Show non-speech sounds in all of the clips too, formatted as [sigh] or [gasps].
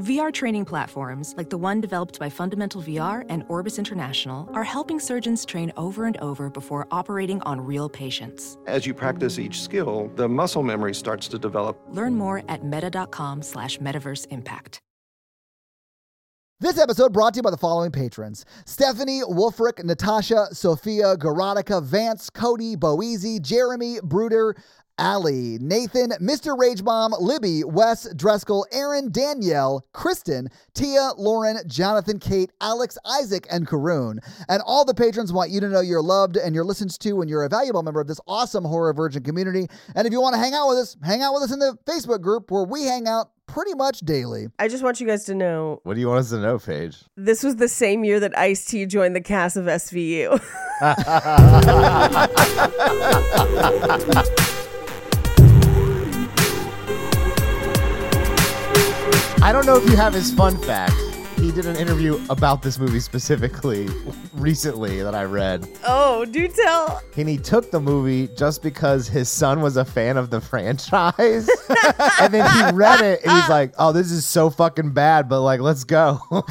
VR training platforms, like the one developed by Fundamental VR and Orbis International, are helping surgeons train over and over before operating on real patients. As you practice each skill, the muscle memory starts to develop. Learn more at meta.com slash metaverse impact. This episode brought to you by the following patrons Stephanie, Wolfric, Natasha, Sophia, Garotica, Vance, Cody, Boezy, Jeremy, Bruder, Ali, Nathan, Mr. Rage Mom, Libby, Wes, Dreskel, Aaron, Danielle, Kristen, Tia, Lauren, Jonathan, Kate, Alex, Isaac, and Karoon. And all the patrons want you to know you're loved and you're listened to and you're a valuable member of this awesome horror virgin community. And if you want to hang out with us, hang out with us in the Facebook group where we hang out pretty much daily. I just want you guys to know What do you want us to know, Paige? this was the same year that Ice T joined the cast of SVU. I don't know if you have his fun fact. He did an interview about this movie specifically recently that I read. [laughs] oh, do tell. And he took the movie just because his son was a fan of the franchise. [laughs] and then he read it and he's like, oh, this is so fucking bad, but like, let's go. [laughs]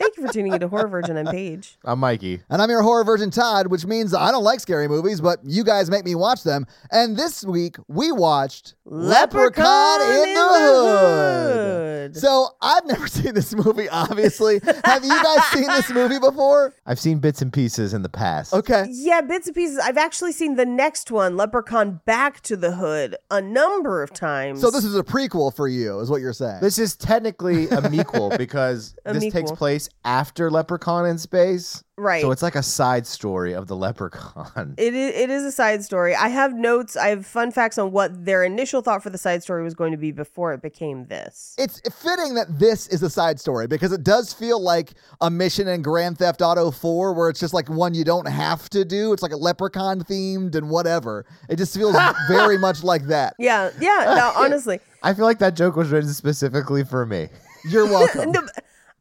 Thank you for tuning into Horror Virgin. I'm Paige. I'm Mikey. And I'm your horror virgin Todd, which means I don't like scary movies, but you guys make me watch them. And this week we watched Leprechaun, in, the, hood. So I've [laughs] never seen this movie, obviously. Have you guys seen [laughs] this movie before? I've seen bits and pieces in the past. Okay. Yeah, bits and pieces. I've actually seen the next one, Leprechaun Back to the Hood, a number of times. So this is a prequel for you, is what you're saying. This is technically a [laughs] mequel because A this takes mequel. place after Leprechaun in space. Right. So it's like a side story of the Leprechaun. It is, it is a side story. I have notes. I have fun facts on what their initial thought for the side story was going to be before it became this. it's fitting that this is a side story because it does feel like a mission in Grand Theft Auto 4 where it's just like one you don't have to do. It's like a leprechaun themed and whatever. It just [laughs] feels very much like that. Yeah, yeah. [laughs] No, honestly, I feel like that joke was written specifically for me. [laughs] [laughs] You're welcome.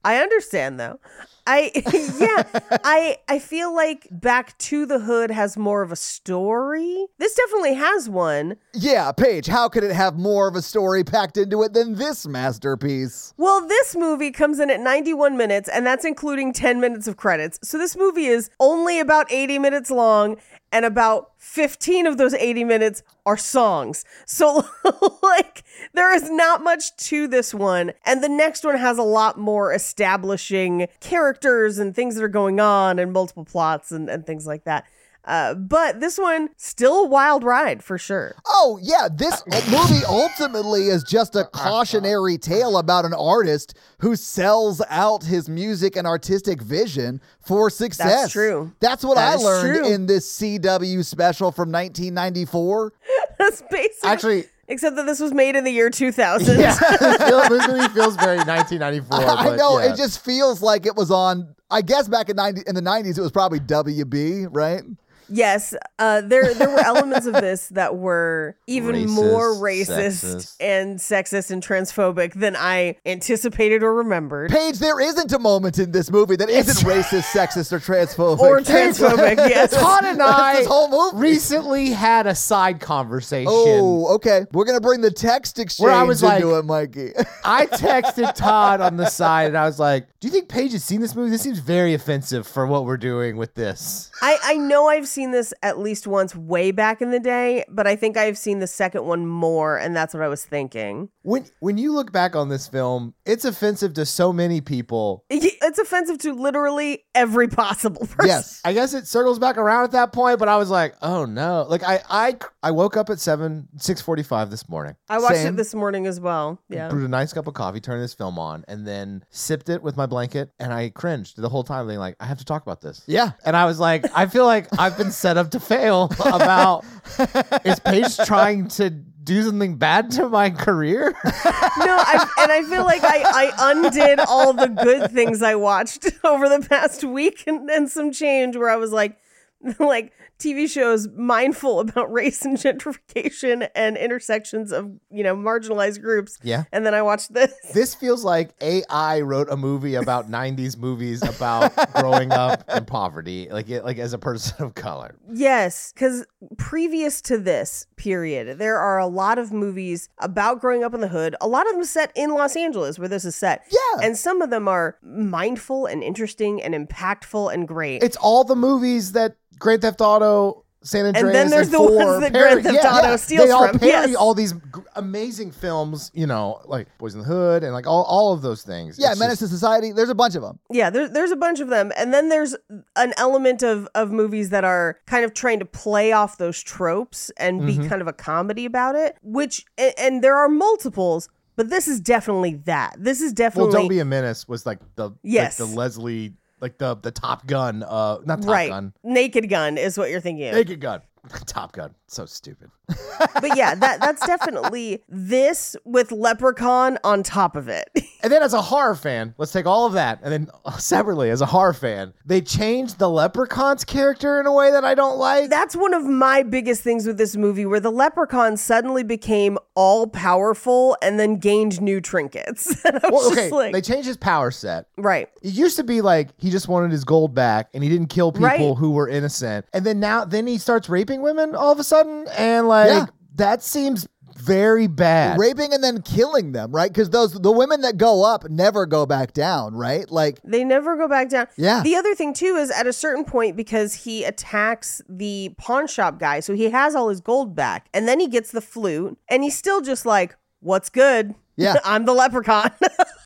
I understand though. I [laughs] yeah, I I feel like Back to the Hood has more of a story. This definitely has one. yeah, Paige, how could it have more of a story packed into it than this masterpiece? Well, this movie comes in at 91 minutes, and that's including 10 minutes of credits. So this movie is only about 80 minutes long, and about 15 of those 80 minutes are songs. So, [laughs] like, there is not much to this one. And the next one has a lot more establishing characters and things that are going on, and multiple plots and, and things like that. Uh, but this one, still a wild ride for sure. [laughs] Oh, yeah, this Uh, movie ultimately is just a cautionary tale about an artist who sells out his music and artistic vision for success. true. That's what That I is learned true. in this CW special from 1994. That's basically. Actually, [laughs] Except that this was made in the year 2000. [laughs] this feel- this movie feels very [laughs] 1994. I but know, yeah. it just feels like it was on I guess back in 90 in the 90s it was probably WB, right? Yes, uh, there there were elements of this that were even Racist, more racist sexist. and sexist and transphobic than I anticipated or remembered. Paige, there isn't a moment in this movie that isn't racist, sexist, or transphobic. Or [laughs] transphobic, yes. [laughs] Todd and That's I this whole movie. recently had a side conversation. Oh, okay. We're gonna bring the text exchange Where I was into like- it, Mikey. [laughs] I texted Todd on the side and I was like, Do you think Paige has seen this movie? This seems very offensive for what we're doing with this. I, I know I've seen this at least once way back in the day, but I think I've seen the second one more, and that's what I was thinking. When when you look back on this film, it's offensive to so many people. It- It's offensive to literally every possible [laughs] person. yes. I guess it circles back around at that point, but I was like, oh no. Like I I I woke up at seven, six forty five this morning. I watched Same. it this morning as well. Yeah. brewed a nice cup of coffee, turned this film on, and then sipped it with my blanket. And I cringed the whole time, being like, I have to talk about this. Yeah. And I was like, I feel like I've been set up to [laughs] fail about is Paige trying to do something bad to my career? No, I, and I feel like I, I undid all the good [laughs] things I watched over the past week and, and some change where I was [laughs] like, like TV shows mindful about race and gentrification and intersections of, you know, marginalized groups. Yeah. And then I watched this. [laughs] This feels like AI wrote a movie about 90s movies about growing up in poverty, like it, like as a person of color. Yes, because previous to this period, there are a lot of movies about growing up in the hood, a lot of them set in Los Angeles where this is set. Yeah. And some of them are mindful and interesting and impactful and great. It's all the movies that Grand Theft Auto, San Andreas, then there's the four ones that parody- Grand Theft Auto steals They all from, parody yes. all these g- amazing films, you know, like Boys in the Hood and like all, all of those things. Yeah, It's Menace just- to Society. There's a bunch of them. Yeah, there, there's a bunch of them. And then there's an element of, of movies that are kind of trying to play off those tropes and Mm-hmm. be kind of a comedy about it, which, and, and there are multiples, but this is definitely that. This is well, definitely. Don't Be a Menace was like the like Yes. the Leslie like the the Top Gun, uh, not Top right. Gun, Naked Gun is what you're thinking of. Naked Gun, [laughs] Top Gun. So stupid. [laughs] but yeah, that that's definitely this with Leprechaun on top of it. [laughs] And then, as a horror fan, let's take all of that, and then [laughs] separately, as a horror fan, they changed the Leprechaun's character in a way that I don't like. That's one of my biggest things with this movie where the leprechaun suddenly became all powerful and then gained new trinkets. [laughs] And I was well, just okay, like- they changed his power set. right. It used to be like he just wanted his gold back and he didn't kill people Right. who were innocent. And then now, then he starts raping women all of a sudden, and like Yeah. that seems very bad. Raping and then killing them, right? Because those the women that go up never go back down, right? Like They never go back down. Yeah. The other thing too is at a certain point because he attacks the pawn shop guy, so he has all his gold back, and then he gets the flute, and he's still just like, "What's good? Yeah. [laughs] I'm the leprechaun.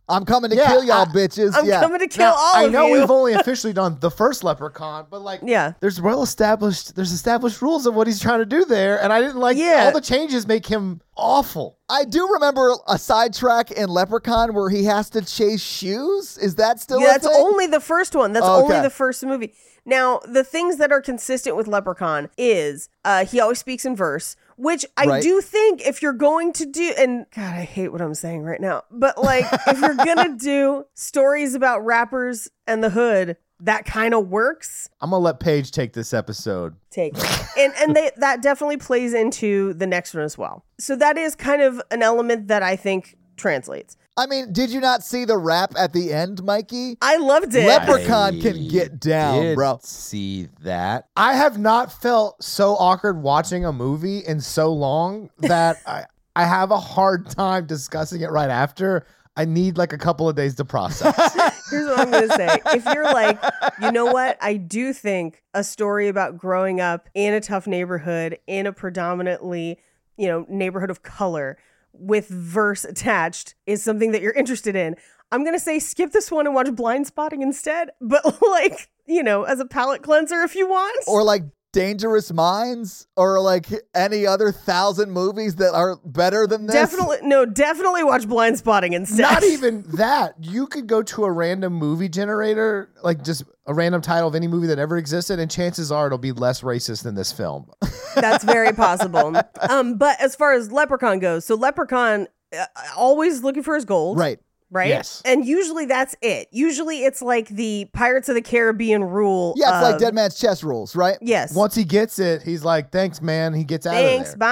I'm coming to Yeah, kill y'all, I- bitches. I'm yeah, coming to kill Now, all I of know you." we've [laughs] only officially done the first leprechaun, but like Yeah. there's well established there's established rules of what he's trying to do there, and I didn't like Yeah. all the changes make him awful. I do remember a sidetrack in Leprechaun where he has to chase shoes. Is that still? Yeah, a that's thing? only the first one. That's Oh, okay. only the first movie. Now, the things that are consistent with Leprechaun is uh, he always speaks in verse, which I Right. do think if you're going to do, and God, I hate what I'm saying right now, but like if [laughs] you're gonna do stories about rappers and the hood, that kind of works. I'm gonna let Paige take this episode. Take it. and and they, that definitely plays into the next one as well. So that is kind of an element that I think translates. I mean, did you not see the rap at the end, Mikey? I loved it. Leprechaun can get down, did bro. See that? I have not felt so awkward watching a movie in so long [laughs] that I I have a hard time discussing it right after. I need like a couple of days to process. [laughs] Here's what I'm going to say. If you're like, you know what? I do think a story about growing up in a tough neighborhood, in a predominantly, you know, neighborhood of color with verse attached is something that you're interested in. I'm going to say skip this one and watch Blind Spotting instead, but [laughs] like, you know, as a palate cleanser if you want. Or like Dangerous Minds, or like any other thousand movies that are better than this. definitely no, definitely watch Blind Spotting instead. Not even that. You could go to a random movie generator, like just a random title of any movie that ever existed, and chances are it'll be less racist than this film. [laughs] That's very possible. um but as far as Leprechaun goes, so Leprechaun uh, always looking for his gold. Right. right? Yes. And usually that's it. Usually it's like the Pirates of the Caribbean rule. Yeah, it's like of- Dead Man's Chest rules, right? Yes. Once he gets it, he's like, "Thanks, man." He gets out Thanks. of there.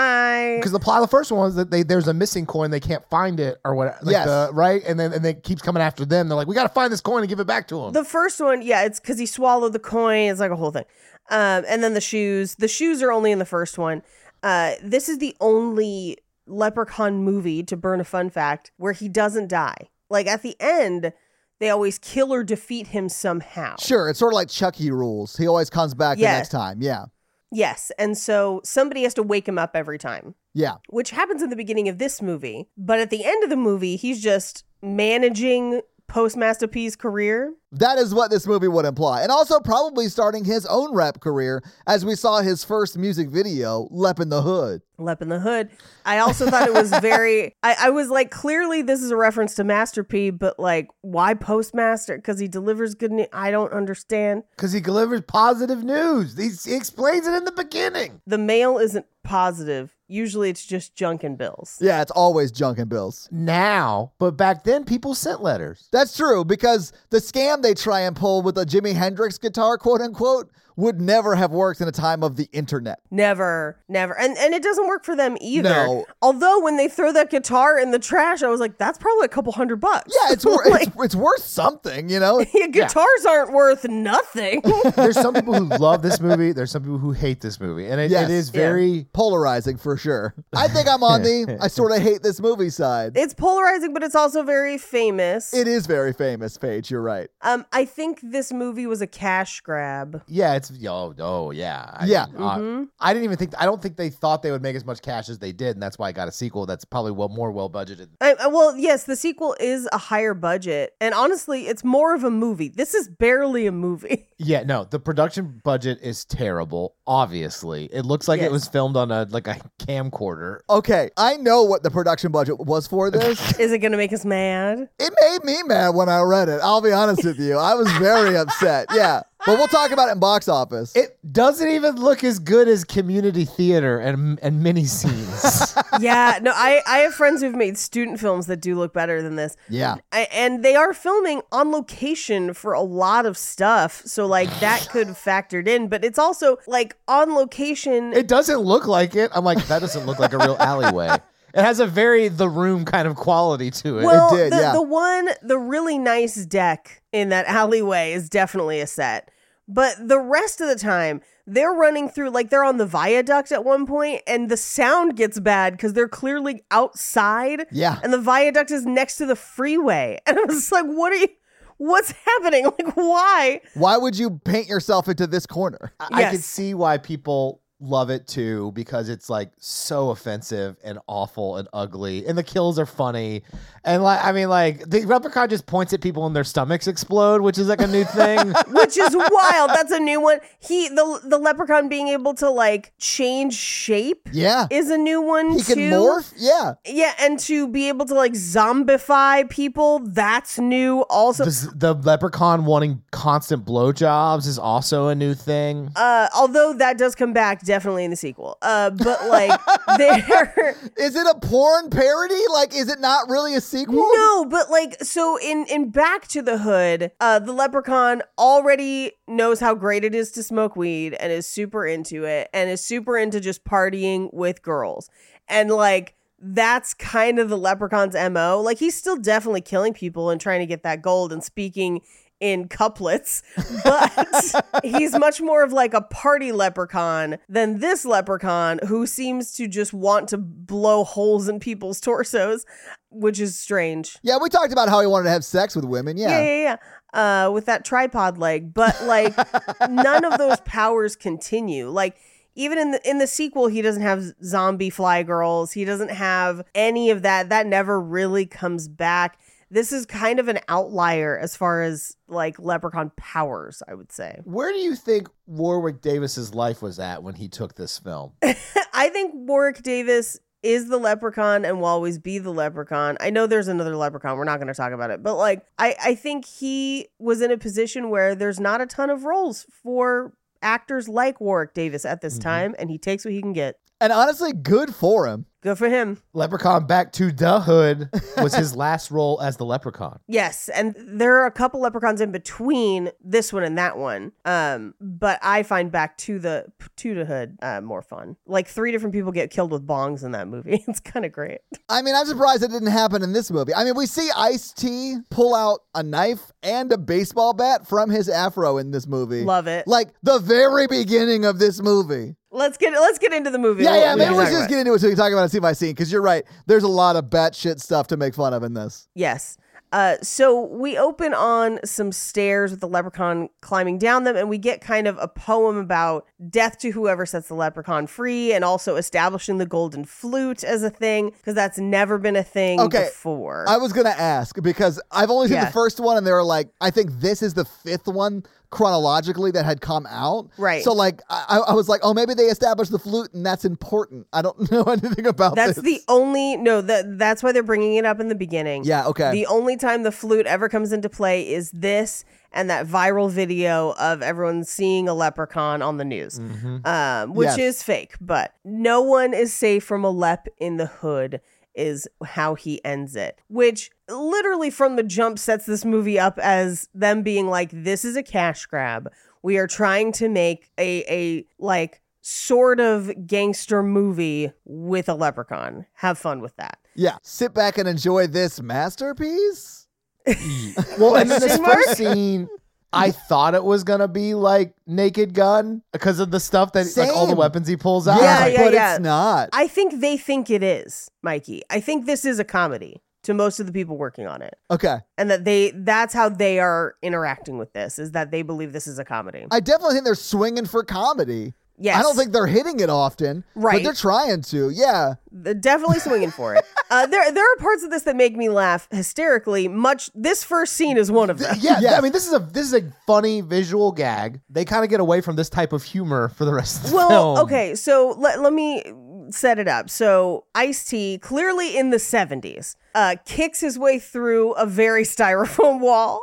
Bye. Because the plot of the first one was that they, there's a missing coin, they can't find it or what, like Yes. the, right? And then and they keeps coming after them. They're like, we got to find this coin and give it back to him. The first one, yeah, it's because he swallowed the coin. It's like a whole thing. Um, and then the shoes. The shoes are only in the first one. Uh, this is the only Leprechaun movie to burn a fun fact where he doesn't die. Like at the end, they always kill or defeat him somehow. Sure, it's sort of like Chucky rules. He always comes back Yeah. the next time. Yeah. Yes. And so somebody has to wake him up every time. Yeah. which happens in the beginning of this movie. But at the end of the movie, he's just managing Postmaster P's career. That is what this movie would imply. And also probably starting his own rap career as we saw his first music video, Lep in the Hood. Lep in the Hood. I also thought it was [laughs] very. I, I was like, clearly this is a reference to Master P, but like, why Postmaster? Because he delivers good news. I don't understand. Because he delivers positive news. He, he explains it in the beginning. The mail isn't positive. Usually, it's just junk and bills. Yeah, it's always junk and bills. Now, but back then, people sent letters. That's true because the scam they try and pull with the Jimi Hendrix guitar, quote unquote, would never have worked in a time of the internet. Never, never. And and it doesn't work for them either. No. Although when they throw that guitar in the trash, I was like, that's probably a couple hundred bucks. Yeah, it's, wor- like it's, it's worth something, you know? yeah, guitars aren't worth nothing. There's some people who love this movie. There's some people who hate this movie, and it, Yes. it is Yeah. very. Polarizing for sure. I think I'm on the I sort of hate this movie side. it's polarizing, but it's also very famous. It is very famous, Paige. You're right. um, I think this movie was a cash grab. Yeah, it's oh, oh yeah, I- Yeah. uh, Mm-hmm. I didn't even think. I don't think they thought they would make as much cash as they did, and that's why I got a sequel that's probably well more well budgeted. I, I- well, yes, the sequel is a higher budget, and honestly, it's more of a movie. This is barely a movie. [laughs] Yeah, no, the production budget is terrible. Obviously, it looks like Yes. it was filmed on a like a camcorder. Okay, I know what the production budget was for this. [laughs] is it going to make us mad? it made me mad when I read it. I'll be honest with you. I was very upset. Yeah. But we'll talk about it in box office. It doesn't even look as good as community theater and and [laughs] mini scenes. yeah, no, I I have friends who've made student films that do look better than this. yeah. I, and they are filming on location for a lot of stuff. So, like, that could factored in, but it's also like on location. it doesn't look like it. I'm like, that doesn't look like a real alleyway. It has a very the room kind of quality to it. well, did, the, yeah. the one, the really nice deck in that alleyway is definitely a set. But the rest of the time, they're running through, like, they're on the viaduct at one point, and the sound gets bad because they're clearly outside. Yeah. And the viaduct is next to the freeway. [laughs] And I was just like, what are you, what's happening? [laughs] Like, why? Why would you paint yourself into this corner? I I can Yes. see why people love it too because it's like so offensive and awful and ugly and the kills are funny and like i mean like the replicon just points at people and their stomachs explode which is like a new thing [laughs] which is wild. That's a new one. He the the leprechaun being able to like change shape Yeah. is a new one He too. can morph? Yeah. Yeah, and to be able to like zombify people, that's new also. the, the leprechaun wanting constant blowjobs is also a new thing uh, although that does come back definitely in the sequel. Uh, but like there [laughs] Is it a porn parody? Like, is it not really a sequel? No, but like so in in Back to the Hood, uh the leprechaun already knows how great it is to smoke weed and is super into it and is super into just partying with girls. And like that's kind of the leprechaun's MO. Like he's still definitely killing people and trying to get that gold and speaking in couplets, but he's much more of like a party leprechaun than this leprechaun who seems to just want to blow holes in people's torsos, which is strange. Yeah, we talked about how he wanted to have sex with women. Yeah, Yeah. yeah, yeah. Uh, with that tripod leg, but like none of those powers continue. Like even in the in the sequel, he doesn't have zombie fly girls. He doesn't have any of that. That never really comes back. This is kind of an outlier as far as like leprechaun powers, I would say. where do you think warwick davis's life was at when he took this [laughs] film [laughs] I think Warwick Davis is the leprechaun and will always be the leprechaun. I know there's another leprechaun. We're not going to talk about it. But like I I think he was in a position where there's not a ton of roles for actors like Warwick Davis at this time and he takes what he can get. And honestly, good for him. Good for him. leprechaun back to the hood was his last role as the leprechaun Yes, and there are a couple leprechauns in between this one and that one. Um, but I find back to the to the hood uh, more fun. Like three different people get killed with bongs in that movie. [laughs] It's kind of great. I mean, I'm surprised it didn't happen in this movie. I mean, we see Ice T pull out a knife and a baseball bat from his afro in this movie. Love it. Like the very beginning of this movie. Let's get let's get into the movie. Yeah, We'll- yeah. Maybe we'll let's talk just about it. get into it so we can talk about it scene by scene. Because you're right. There's a lot of batshit stuff to make fun of in this. yes. Uh, so we open on some stairs with the leprechaun climbing down them, and we get kind of a poem about death to whoever sets the leprechaun free, and also establishing the golden flute as a thing because that's never been a thing Okay. before. I was gonna ask because I've only seen Yeah. the first one, and they were like, I think this is the fifth one chronologically that had come out. Right. So like, I, I was like, oh, maybe they established the flute, and that's important. I don't [laughs] know anything about that's this. [laughs] the only no. That that's why they're bringing it up in the beginning. yeah. Okay. The only time the flute ever comes into play is this and that viral video of everyone seeing a leprechaun on the news, um, which Yes. is fake, but no one is safe from a lep in the hood. is how he ends it, which literally from the jump sets this movie up as them being like, this is a cash grab. We are trying to make a, a like, sort of gangster movie with a leprechaun. Have fun with that. Yeah. Sit back and enjoy this masterpiece. Well, and then this Question mark? first scene, I thought it was gonna be like Naked Gun because of the stuff that like all the Same. weapons he pulls out. Yeah, Like, yeah, but yeah. it's not. I think they think it is, Mikey. I think this is a comedy to most of the people working on it. Okay. And that they that's how they are interacting with this is that they believe this is a comedy. I definitely think they're swinging for comedy. yes. I don't think they're hitting it often, Right. But they're trying to. Yeah. They're definitely swinging for it. Uh, there there are parts of this that make me laugh hysterically. Much this first scene is one of them. [laughs] Yeah, Yeah. I mean, this is a this is a funny visual gag. They kind of get away from this type of humor for the rest [laughs] of the Well, film. okay, so let, let me set it up. So Ice T, clearly in the 70s, uh, kicks his way through a very [laughs] styrofoam wall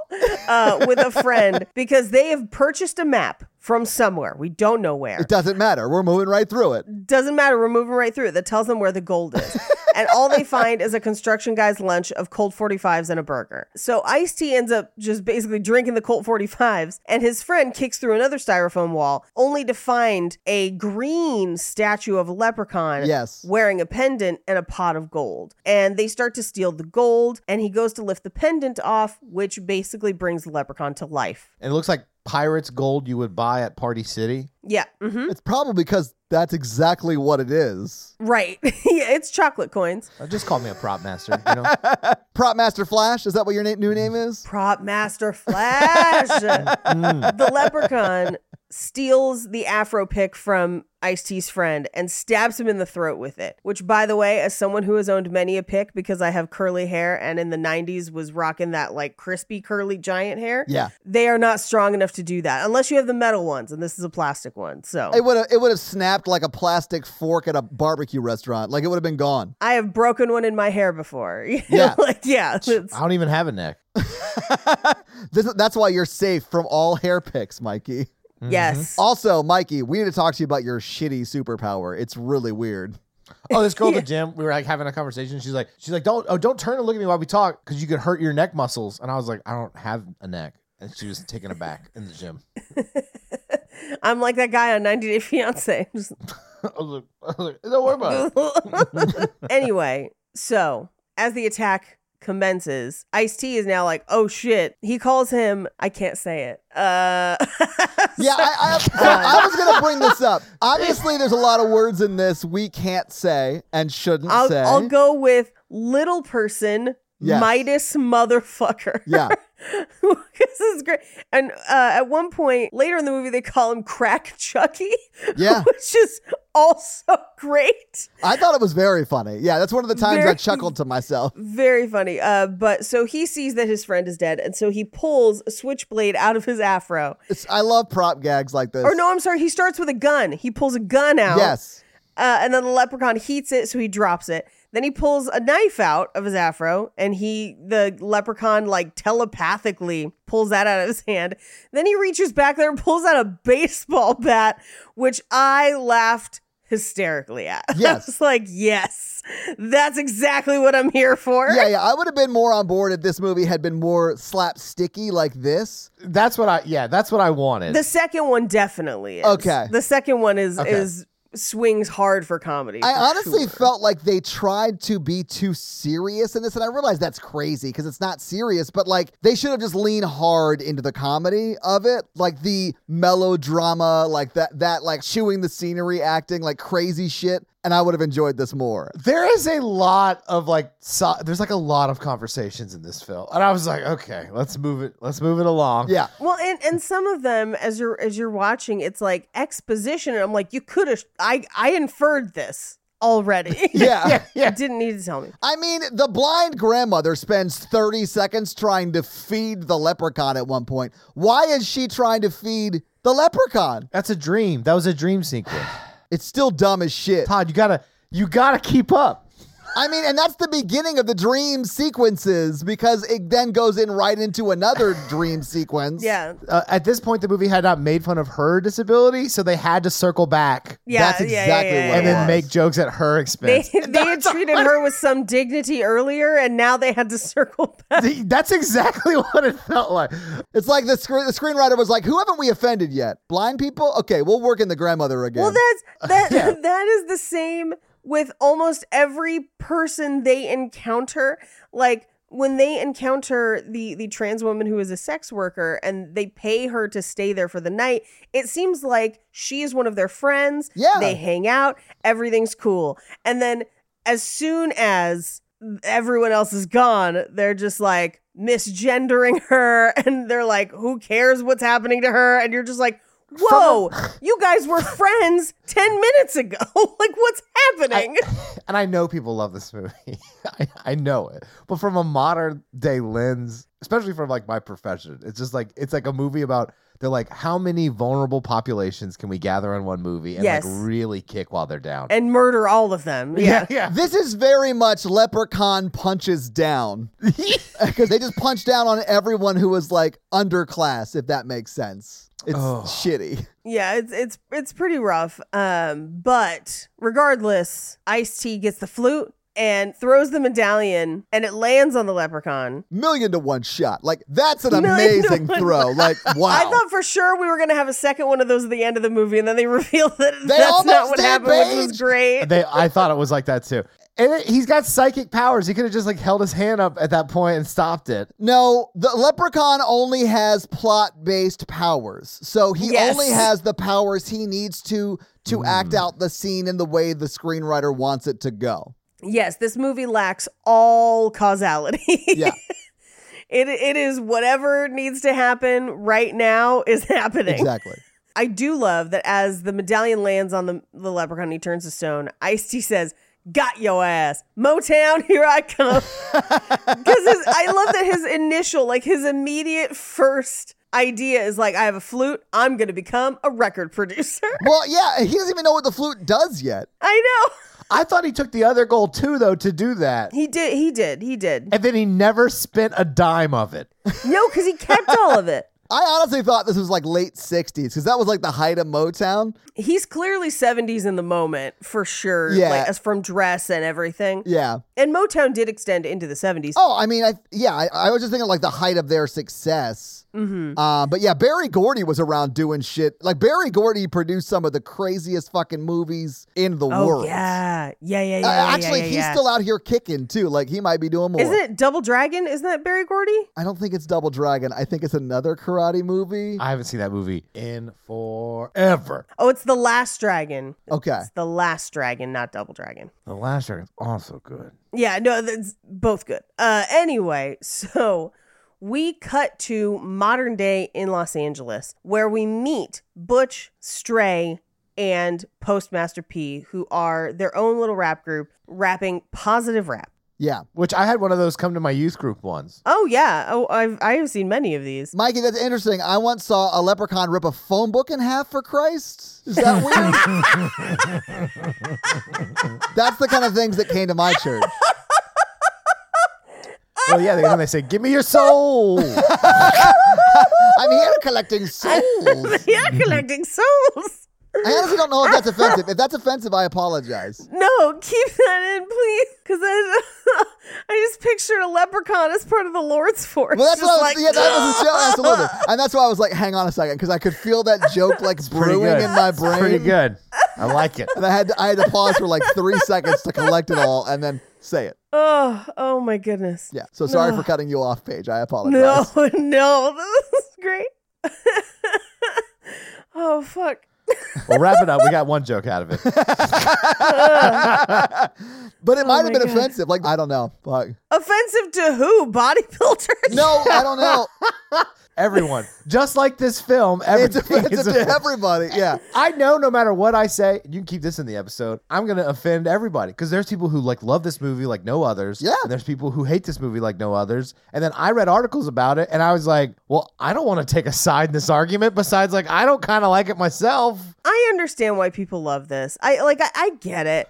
uh, with a friend because they have purchased a map from somewhere. We don't know where. It doesn't matter. We're moving right through it. Doesn't matter. We're moving right through it that tells them where the gold [laughs] is. and all they find is a construction guy's lunch of Colt 45s and a burger. So Ice T ends up just basically drinking the Colt 45s, and his friend kicks through another styrofoam wall only to find a green statue of a leprechaun Yes. wearing a pendant and a pot of gold. And they start to steal the gold, and he goes to lift the pendant off, which basically brings the leprechaun to life. and it looks like pirates gold you would buy at Party City. Yeah. hmm It's probably because that's exactly what it is. Right. [laughs] yeah, it's chocolate coins. Uh, Just call me a prop master. You [laughs] know, Prop Master Flash, is that what your na- new name is? Prop Master Flash. Mm. the leprechaun steals the afro pick from Ice T's friend and stabs him in the throat with it. Which, by the way, as someone who has owned many a pick because I have curly hair and in the 90s was rocking that like crispy, curly, giant hair, Yeah. they are not strong enough to do that unless you have the metal ones, and this is a plastic one. So. It would have it would have snapped like a plastic fork at a barbecue restaurant. Like it would have been gone. [laughs] I have broken one in my hair before. [laughs] You know, Yeah. like, yeah. it's- I don't even have a neck. This, that's why you're safe from all hair picks, Mikey. Yes. Also, Mikey, we need to talk to you about your shitty superpower. It's really weird. Oh, this girl at the gym, we were like having a conversation. She's like, she's like, don't, oh, don't turn and look at me while we talk because you could hurt your neck muscles. And I was like, I don't have a neck. And she was taken aback in the gym. [laughs] I'm like that guy on 90 Day Fiance. Just I was like, I was like, don't worry about [laughs] it. [laughs] anyway, so as the attack commences, Ice T is now like, oh shit. He calls him, I can't say it. Uh, [laughs] Yeah, I, I, so I was gonna bring this [laughs] up. Obviously, there's a lot of words in this we can't say and shouldn't I'll, say. I'll go with little person. Yes. Midas motherfucker. Yeah. [laughs] this is great. And uh, at one point later in the movie, they call him Crack Chucky, Yeah, [laughs] which is also great. I thought it was very funny. Yeah, that's one of the times I Very- chuckled to myself. Very funny. Uh, but so he sees that his friend is dead, and so he pulls a switchblade out of his afro It's, I love prop gags like this. Or no, I'm sorry. He starts with a gun. He pulls a gun out. Yes. Uh, and then the leprechaun heats it, so he drops it. Then he pulls a knife out of his afro, and he the leprechaun like telepathically pulls that out of his hand. Then he reaches back there and pulls out a baseball bat, which I laughed hysterically at. [laughs] Yes. I was like, yes, that's exactly what I'm here for. Yeah, yeah. I would have been more on board if this movie had been more slapsticky like this. That's what I, yeah, that's what I wanted. The second one definitely is. Okay. The second one is Okay. is swings hard for comedy. I for honestly sure. felt like they tried to be too serious in this, and I realize that's crazy because it's not serious, but like they should have just leaned hard into the comedy of it, like the melodrama, like that that like chewing the scenery, acting like crazy shit, and I would have enjoyed this more. there is a lot of like, so, there's like a lot of conversations in this film. And I was like, okay, let's move it. Let's move it along. Yeah, Well, and and some of them as you're as you're watching, it's like exposition, and I'm like, you could have. I I inferred this already. [laughs] [laughs] yeah. Yeah. you Yeah. didn't need to tell me. I mean, the blind grandmother spends 30 seconds trying to feed the leprechaun at one point. Why is she trying to feed the leprechaun? That's a dream. That was a dream sequence. It's still dumb as shit. Todd, you gotta, you gotta keep up. I mean, and that's the beginning of the dream sequences because it then goes in right into [laughs] another dream sequence. Yeah. Uh, at this point, the movie had not made fun of her disability, so they had to circle back Yeah. That's yeah, exactly yeah, yeah, what and it then was. make jokes at her They, expense. [laughs] [laughs] they had treated her with some dignity earlier, and now they had to [laughs] circle back. That's exactly [laughs] what it felt like. It's like the, screen the screenwriter was like, who haven't we offended yet? Blind people? Okay, we'll work in the grandmother again. Well, that's [laughs] that. [laughs] That is the same with almost every person they encounter. Like when they encounter the the trans woman who is a sex worker and they pay her to stay there for the night, it seems like she is one of their friends. Yeah. they hang out. Everything's cool, and then as soon as everyone else is gone, they're just like misgendering [laughs] her and they're like who cares what's happening to her and you're just like whoa you guys were friends [laughs] 10 minutes ago [laughs] like what's happening And I know people love this movie. [laughs] I, I know it. But from a modern day lens, especially from like my profession, it's just like it's like a movie about they're like how many vulnerable populations can we gather in one movie and Yes. like really kick while they're down. and murder all of them yeah, [laughs] yeah. This is very much Leprechaun punches [laughs] down because they just punch down on everyone who was like underclass, if that makes sense. It's Oh. shitty. yeah it's it's it's pretty rough um but regardless ice t gets the flute and throws the medallion and it lands on the leprechaun Million to one shot. Like that's an Million to amazing one throw. Like [laughs] I wow. thought for sure we were gonna have a second one of those at the end of the movie, and then they [laughs] revealed that that's almost not what did, happened, which Paige. was great. They I thought it was like that too. And it, he's got psychic powers. He could have just like held his hand up at that point and stopped it. no, the leprechaun only has plot-based powers. So he Yes. only has the powers he needs to to act out the scene in the way the screenwriter wants it to go. Yes, this movie lacks all causality. Yeah. [laughs] It, it is whatever needs to happen right now is [laughs] happening. exactly. I do love that as the medallion lands on the, the leprechaun, he turns to stone. Ice T says, Got your ass. Motown, [laughs] here I come. Because I love that his initial, like his immediate first idea is like, I have a flute. I'm going to become a record producer. [laughs] Well, yeah, he doesn't even know what the flute does yet. I know. I thought he took the other goal too though to do that. He did. He did. He did. And then he never spent a dime of it. No, because he kept all of it. I honestly thought this was like late 60s because that was like the height of Motown. He's clearly 70s in the moment for sure. Yeah. Like, as from dress and everything. Yeah. And Motown did extend into the 70s. Oh, I mean, I yeah, I, I was just thinking like the height of their success. Mm-hmm. Uh, but yeah, Barry Gordy was around doing shit. Like Barry Gordy produced some of the craziest fucking movies in the Oh world. yeah, yeah, yeah, yeah. Uh, yeah, actually, yeah, he's yeah. still out here kicking too. Like he might be doing more. Isn't it Double Dragon? Isn't that Barry Gordy? I don't think it's Double Dragon. I think it's another karate movie. I haven't seen that movie in forever. Oh, it's the Last Dragon. Okay. It's the Last Dragon, not Double Dragon. The Last Dragon's also good. Yeah, no, that's both good. Uh, anyway, [laughs] so we cut to modern day in Los Angeles, where we meet Butch, Stray, and Postmaster P, who are their own little rap group rapping positive rap. Yeah, Which I had one of those come to my youth group once. Oh yeah, oh I've I have seen many of these. [laughs] Mikey, that's interesting. I once saw a leprechaun rip a phone book in half for Christ. Is [laughs] that weird? that's the kind of things that came to my church. [laughs] Well, yeah, they, when they say, "Give me [laughs] your soul," I'm here [laughs] collecting souls. yeah, collecting souls. I honestly don't know if that's offensive. If that's offensive, I apologize. No, keep that in, please, because I, [laughs] I just pictured a leprechaun as part of the Lord's force. Well, that's just what I was, like, yeah, that [laughs] was the show, absolutely. And that's why I was like, hang on a second, because I could feel that joke like pretty brewing good. in my brain. pretty good. I like it. And I had to, I had to pause for like three seconds to collect it all and then say it. Oh, oh my goodness. Yeah. So sorry for cutting you off, Paige. I apologize. No, [laughs] no, this is great. [laughs] oh fuck. Well, wrap it up. We got one joke out of it. But Oh it might have my been God. offensive. Like I don't know. Fuck. Offensive to who? Bodybuilders? No, I don't [laughs] know. Everyone, just like this film, It's everything offensive is to offensive. everybody. Yeah. I know no matter what I say, you can keep this in the episode. I'm gonna offend everybody because there's people who like love this movie like no others. Yeah. And there's people who hate this movie like no others. And then I read articles about it, and I was like, well, I don't want to take a side in this argument. Besides, like, I don't kind of like it myself. I understand why people love this. I like I, I get it.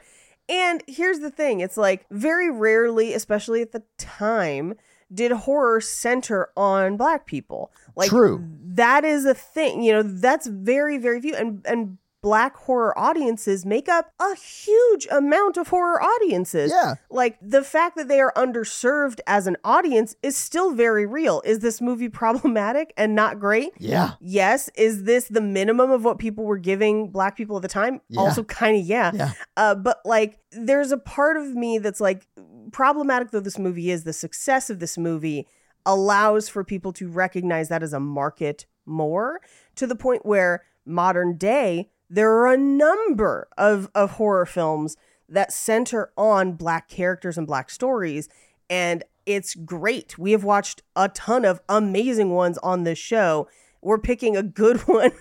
And here's the thing it's like very rarely, especially at the time, did horror center on black people. Like True. that is a thing. You know, that's very, very few. And and black horror audiences make up a huge amount of horror audiences. Yeah. Like the fact that they are underserved as an audience is still very real. Is this movie [laughs] problematic and not great? Yeah. Yes. Is this the minimum of what people were giving black people at the time? Yeah. Also, kind of, yeah. Yeah. Uh, but like, there's a part of me that's like, problematic though this movie is, the success of this movie allows for people to recognize that as a market more to the point where modern day, there are a number of, of horror films that center on black characters and black stories. And it's great. We have watched a ton of amazing ones on this show. We're picking a good [laughs] one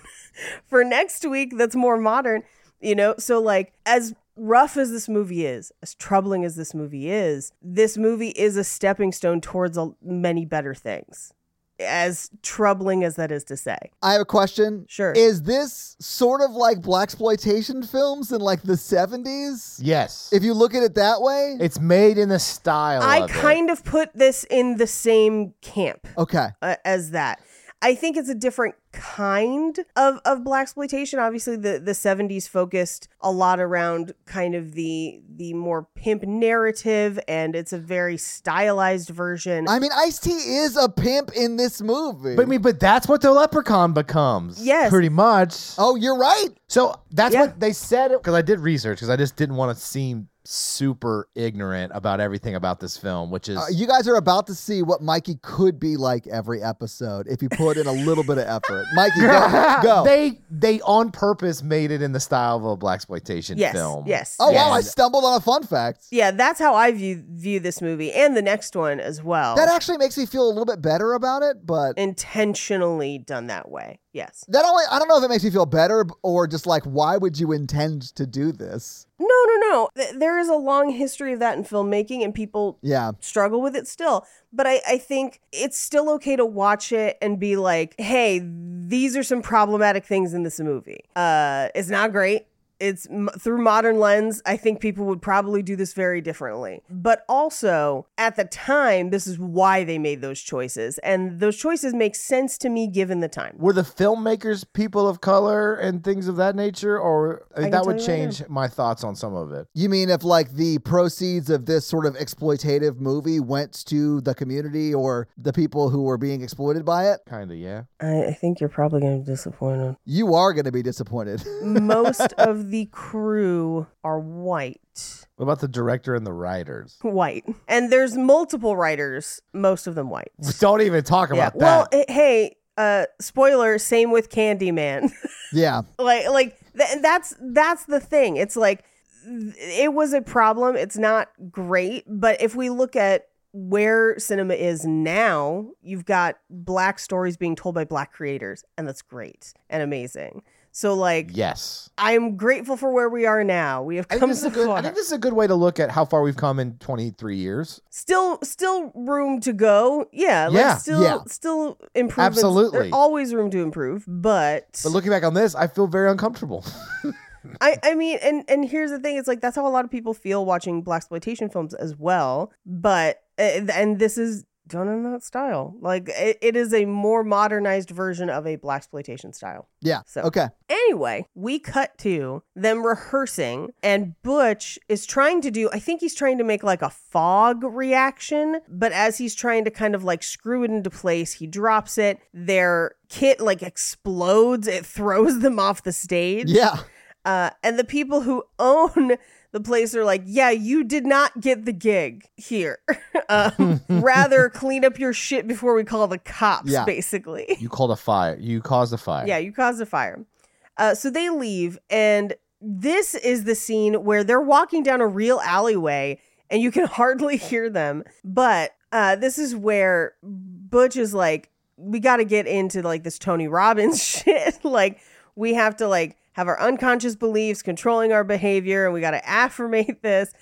for next week that's more modern, you know? So, like, as rough as this movie is, as troubling as this movie is, this movie is a stepping stone towards a, many better things. As troubling as that is to say. I have a question. Sure. Is this sort of like black exploitation films in like the 70s? Yes. If you look at it that way? it's made in the style. I of it. kind of put this in the same camp. okay. uh, as that. I think it's a different kind of of black exploitation. Obviously, the the seventies focused a lot around kind of the the more pimp narrative, and it's a very stylized version. I mean, Ice T is a pimp in this movie. But I mean, but that's what the leprechaun becomes. Yes. Pretty much. oh, you're right. So that's Yeah. what they said. Because I did research because I just didn't want to seem super ignorant about everything about this film, which is Uh, you guys are about to see what Mikey could be like every episode if you put in a little bit of effort. Mikey, [laughs] go. go. Ah, they they on purpose made it in the style of a black exploitation Yes, film. yes. oh, wow. I And stumbled on a fun fact. yeah, that's how I view view this movie and the next one as well. That actually makes me feel a little bit better about it, but intentionally done that way. Yes. that only, I don't know if it makes me feel better or just like, why would you intend to do this? No, no, no. Th- there is a long history of that in filmmaking, and people Yeah. struggle with it still. But I, I think it's still okay to watch it and be like, hey, these are some problematic things in this movie. Uh, it's not great. It's m- through modern lens. I think people would probably do this very differently. But also, at the time, this is why they made those choices. And those choices make sense to me given the time. Were the filmmakers people of color and things of that nature, or uh, can that would tell you right change my thoughts on some of it? You mean if like the proceeds of this sort of exploitative movie went to the community or the people who were being exploited by it? Kind of, yeah. I, I think you're probably going to be disappointed. You are going to be disappointed. [laughs] Most of the crew are white. What about the director and [laughs] the writers? white. And there's multiple writers, most of them white. Don't even talk Yeah. about Well, that. h- hey, uh spoiler, same with Candyman. [laughs] yeah. like like th- that's that's the thing. It's like th- it was a problem. It's not great, but if we look at where cinema is now, you've got black stories being told by black creators, and that's great and amazing. So like yes. I'm grateful for where we are now. We have I come think, this is so a good, I far. think this is a good way to look at how far we've come in 23 years. still still room to go yeah, Yeah, like still yeah. still improvements Absolutely. There's always room to improve but, But looking back on this, I feel very uncomfortable. [laughs] i i mean and and here's the thing it's like that's how a lot of people feel watching black exploitation films as well but and and this is done in that style like it, it is a more modernized version of a black exploitation style Yeah. So- Okay. Anyway, we cut to them rehearsing, and Butch is trying to do, I think he's trying to make like a fog reaction, but as he's trying to kind of like screw it into place, he drops it. Their kit like explodes, it throws [laughs] them off the stage. Yeah. Uh, and the people who own the place are like, yeah, you did not get the gig here. [laughs] [laughs] um, rather, clean up your shit before we call the cops, Yeah. basically. you called a fire. You caused a [laughs] fire. Yeah, you caused a fire. Uh, so they leave, and this is the scene where they're walking down a real alleyway, and you can [laughs] hardly hear them. But uh, this is where Butch is like, "We got to get into like this Tony Robbins [laughs] shit. like, we have to like have our unconscious beliefs controlling our behavior, and we got to affirmate this."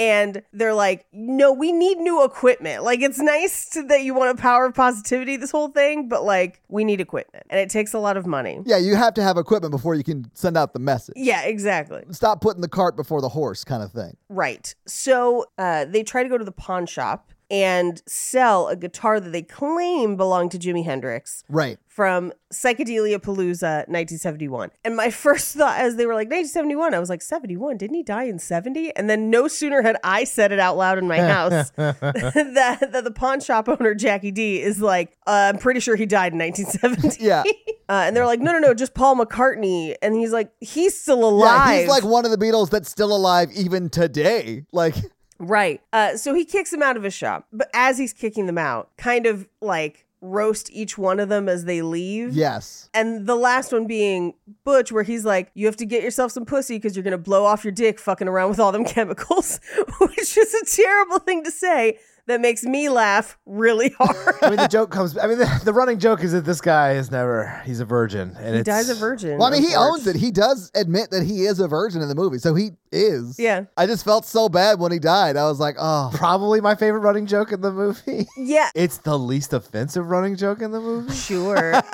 and they're like, no, we need new equipment. Like, it's nice to, that you want a power of positivity, this whole thing, but like, we need equipment. And it takes a lot of money. Yeah, you have to have equipment before you can send out the message. Yeah, exactly. Stop putting the cart before the horse, kind of thing. Right. So uh, they try to go to the pawn shop and sell a guitar that they claim belonged to Jimi Hendrix Right. from Psychedelia Palooza 1971. And my [laughs] first thought as they were like 1971, I was like 71, didn't he die in 70? And then no sooner had I said it out loud in [laughs] my house that, that the pawn shop owner Jackie D is like, uh, I'm pretty sure he died in 1970. Yeah. [laughs] Uh, and they're like, no, no, no, just Paul McCartney. And he's like, he's still alive. Yeah, he's like one of the Beatles that's still alive even today. [laughs] Like, Right. Uh, so he kicks them out of his shop. But as he's kicking them out, kind of like roast each one of them as they leave. yes. And the last one being Butch, where he's like, you have to get yourself some pussy because you're going to blow off your dick fucking around with all them [laughs] chemicals, which is a terrible thing to say that makes me laugh really [laughs] I hard. [laughs] mean, the joke comes. I mean, the, the running joke is that this guy is never. He's a virgin, and he it's, dies a virgin. Well, I mean, he unfortunately. owns it. He does admit that he is a virgin in the movie, so he is. Yeah. I just felt so bad when he died. I was like, [laughs] oh, Probably my favorite running joke in the movie. [laughs] Yeah. It's the least offensive running joke in the movie. Sure. Uh, [laughs]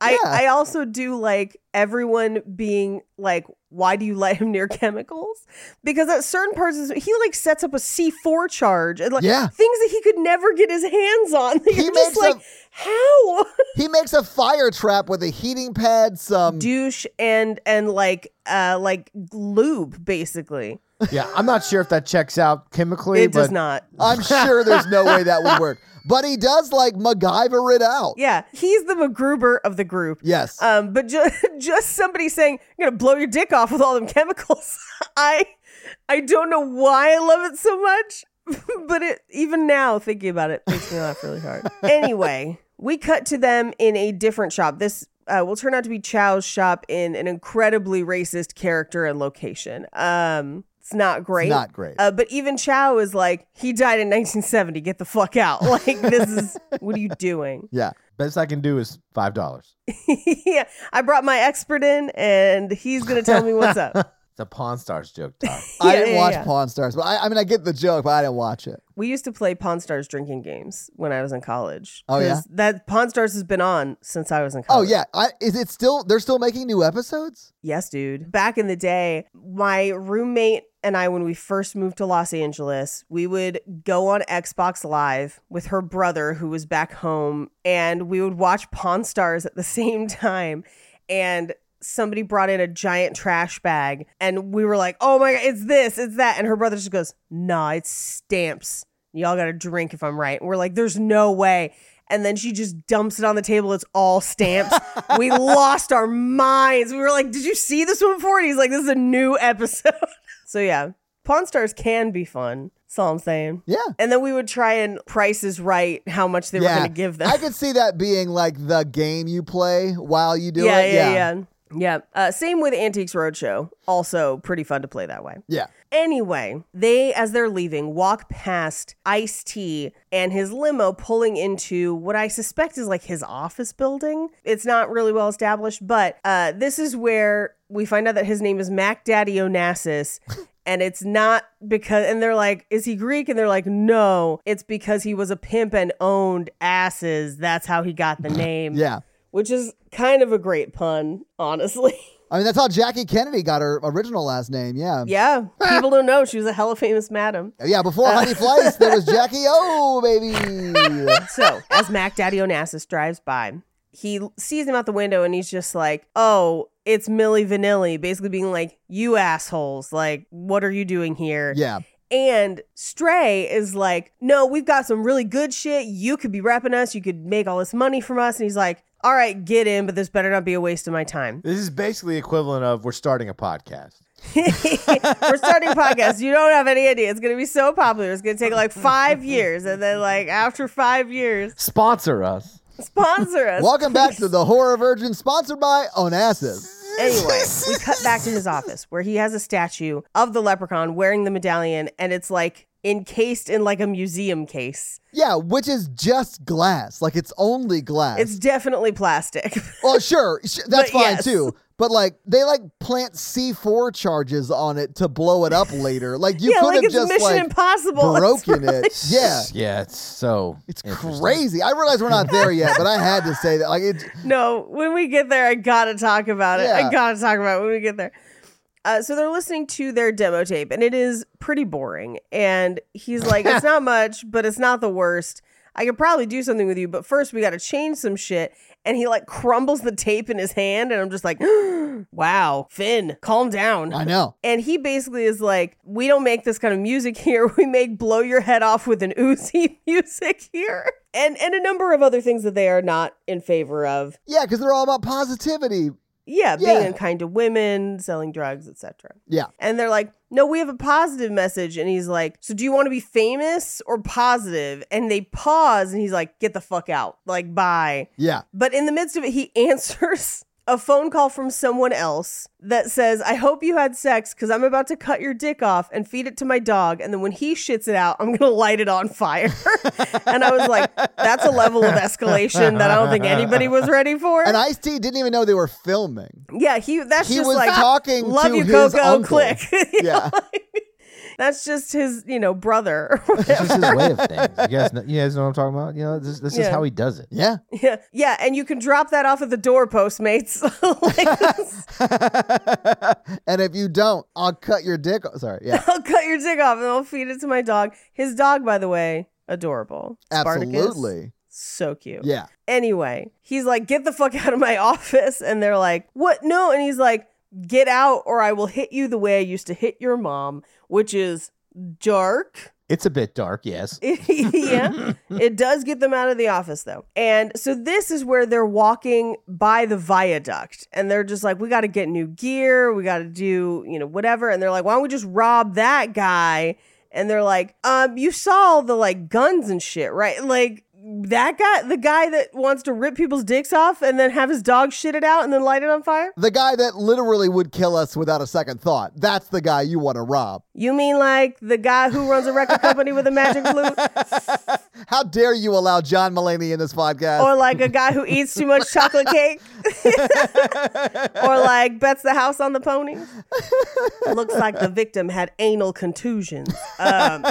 I I also do like everyone being like, why do you let him near [laughs] chemicals? Because at certain parts, of, he like sets up a C four charge and like Yeah. things that he could never get his hands on. [laughs] He You're just makes like, a- how [laughs] he makes a fire trap with a heating pad, some. douche and and like uh like lube basically. [laughs] Yeah, I'm not sure if that checks out chemically. It does but not. I'm sure there's no way that would [laughs] work. But he does like MacGyver it out. Yeah, he's the MacGruber of the group. Yes. Um, but just [laughs] just somebody saying you're gonna blow your dick off with all them [laughs] chemicals. I I don't know why I love it so much, [laughs] but it even now thinking about it makes me laugh [laughs] really hard. Anyway, we cut to them in a different shop. This uh, will turn out to be Chow's shop in an incredibly racist character and location. Um, it's not great. not great. Uh, but even Chow is like, he died in 1970. Get the fuck out. [laughs] Like this is what are you doing? yeah. Best I can do is five dollars. yeah, I brought my expert in, and he's gonna tell me [laughs] what's up. It's a Pawn Stars [laughs] joke, Tom. I Yeah, didn't yeah, watch yeah. Pawn Stars, but I, I mean, I get the joke, but I didn't watch it. We used to play Pawn Stars drinking games when I was in college. Oh, yeah? 'Cause that Pawn Stars has been on since I was in Oh college. yeah, I, is it still? They're still making new episodes. yes, dude. Back in the day, my roommate and I, when we first moved to Los Angeles, we would go on Xbox Live with her brother who was back home, and we would watch Pawn Stars at the [laughs] same time, and. Somebody brought in a giant trash bag, and we were like, "Oh my god, it's this, it's that." And her brother just goes, "Nah, it's stamps. Y'all got to drink if I'm right." And we're like, "There's no way." And then she just dumps it on the table. It's [laughs] all stamps. we lost our minds. We were like, "Did you see this one before?" And he's like, "This is a new episode." [laughs] so yeah, Pawn Stars can be fun. That's all I'm saying. Yeah. And then we would try and price is right how much they were yeah, going to give them. I could see that being like the game you play while you do yeah, it. yeah, yeah, yeah. Uh, same with Antiques Roadshow. Also, pretty fun to play that way. Yeah. Anyway, they, as they're leaving, walk past Ice T and his limo pulling into what I suspect is like his office building. It's not really well established, but uh, this is where we find out that his name is Mac [laughs] Daddy Onassis. And it's not because, and they're like, is he Greek? And they're like, no, it's because he was a pimp and owned asses. That's how he [laughs] got the name. Yeah. Which is kind of a great pun, honestly. [laughs] I mean, that's how Jackie Kennedy got her original last name. Yeah. Yeah, Uh, people don't know she was a hella famous madam. Yeah, before Honey Flies, [laughs] there was Jackie O, baby. So, as Mac Daddy Onassis drives by, he sees him out the window and he's just like, oh, it's Millie Vanilli, basically being like, you assholes, like, what are you doing here? Yeah. And Stray is like, no, we've got some really good shit. You could be repping us. You could make all this money from us. And he's like, all right, get in, but this better not be a waste of my time. this is basically equivalent of we're starting a podcast. We're starting a podcast. You don't have any idea. It's going to be so popular. It's going to take like five years. And then, like, after five years, Sponsor us. sponsor us. Welcome back to the Horror Virgin, sponsored by Onassis. [laughs] Anyway, we cut back to his office where he has a statue of the leprechaun wearing the medallion, and it's like encased in like a museum case. Yeah, which is just glass. Like it's only glass. It's definitely plastic. [laughs] well, sure, sh- that's But fine yes. too. But like they like plant C4 charges on it to blow it up later. Like you yeah, could like have it's just Mission like Impossible. [laughs] That's broken it. Yeah. yeah, it's so It's interesting. crazy. I realize we're [laughs] not there yet, but I had to say that. Like it No, when we get there, I gotta talk about it. Yeah. I gotta talk about it when we get there. Uh, so they're listening to their demo tape, and it is pretty boring. And he's like, [laughs] "It's not much, but it's not the worst. I could probably do something with you, but first we got to change some shit." And he like crumbles the tape in his hand, and I'm just like, [gasps] "Wow, Finn, calm down." I know. And he basically is like, we don't make this kind of music here. [laughs] We make blow your head off with an Uzi [laughs] music here. And and a number of other things that they are not in favor of. Yeah, because they're all about positivity. Yeah, Yeah. being unkind to women, selling drugs, etc. Yeah. And they're like, no, we have a positive message. And he's like, so do you want to be famous or positive? And they pause and he's like, get the fuck out. Like, bye. Yeah. But in the midst of it, he [laughs] answers a phone call from someone else that says, I hope you had sex because I'm about to cut your dick off and feed it to my dog. And then when he shits it out, I'm going to light it on fire. [laughs] and I was like, that's a level of escalation that I don't think anybody was ready [laughs] for. And Ice T didn't even know they were [laughs] filming. yeah, he that's He just was like talking love to you, his Coco, uncle." click. [laughs] You Yeah. know, like, that's just his, you know, brother [laughs] or It's just his way of things. You guys, know, you guys know what I'm talking about. You know, this, this Yeah. is how he does it. Yeah. [laughs] Yeah, yeah, and you can drop that off at the door, Postmates. [laughs] Like, and if you don't, I'll cut your dick. o- Sorry. Yeah. [laughs] I'll cut your dick off and I'll feed it to my dog. His dog, by the way, adorable. Spartacus, Absolutely. So cute. Yeah. Anyway, he's like, get the fuck [laughs] out of my office. And they're like, what? No. And he's like, get out or I will hit you the way I used to hit your mom, which is dark. It's a bit dark, yes. [laughs] yeah. It does get them out of the office though. And so this is where they're walking by the viaduct and they're just like, we got to get new gear. We got to do, you know, whatever. And they're like, why don't we just rob that guy? And they're like, um, you saw all the like guns and shit, right? Like, that guy, the guy that wants to rip people's dicks off and then have his dog shit it out and then light it on fire? The guy that literally would kill us without a second thought. That's the guy you want to [laughs] rob. You mean like the guy who runs a record company with a magic flute? How dare you allow John Mulaney in this podcast? or like a guy who eats too much chocolate cake, or like bets the house on the pony. Looks like the victim had anal contusions. Um,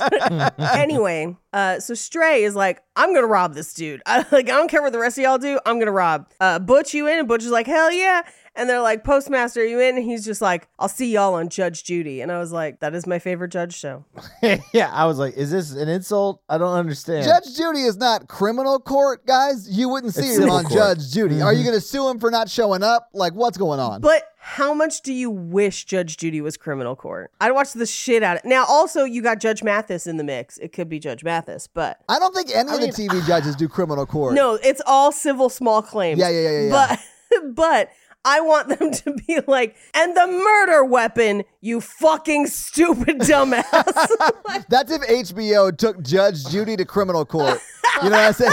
[laughs] anyway, uh, so Stray is like, I'm gonna rob this dude. [laughs] I, like, I don't care what the rest of y'all do. I'm gonna rob. Uh, Butch, you in? And Butch is like, hell yeah. And they're like, Postmaster, are you in? And he's just like, I'll see y'all on Judge Judy. And I was like, that is my favorite judge show. [laughs] yeah, I was like, is this an insult? I don't understand. Judge Judy is not criminal court, guys. You wouldn't see It's him civil on court. Mm-hmm. Judge Judy. Are you going to sue him for not showing up? Like, what's going on? But how much do you wish Judge Judy was criminal court? I'd watch the shit out of it. Now, also, you got Judge Mathis in the mix. It could be Judge Mathis, but I don't think any of the TV judges do criminal court. no, it's all civil small claims. Yeah, yeah, yeah, yeah, yeah. But, [laughs] but I want them [laughs] to be like, and the murder weapon, you fucking stupid [laughs] dumbass. That's if HBO took Judge Judy to criminal court. You know what I'm [laughs] saying?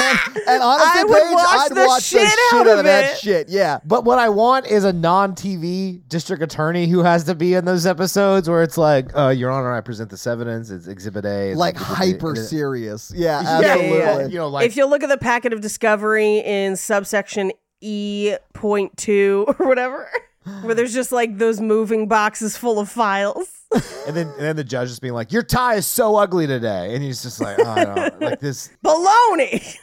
And honestly, I would Paige, watch I'd the watch the shit shit out out of, of that it. shit. Yeah. But what I want is a non-TV district attorney who has to be in those episodes where it's like, uh, Your Honor, I present this evidence. It's Exhibit A. It's Like Exhibit B. hyper serious. Yeah, [laughs] Yeah, absolutely. yeah, yeah. You know, like if you look at the packet of discovery in subsection E.2 [laughs] or whatever, where there's just like those moving boxes full of files. And then, and then the judge is being like, "Your tie is so ugly today," and he's just like, "Oh, I [laughs] don't know." like this." Baloney.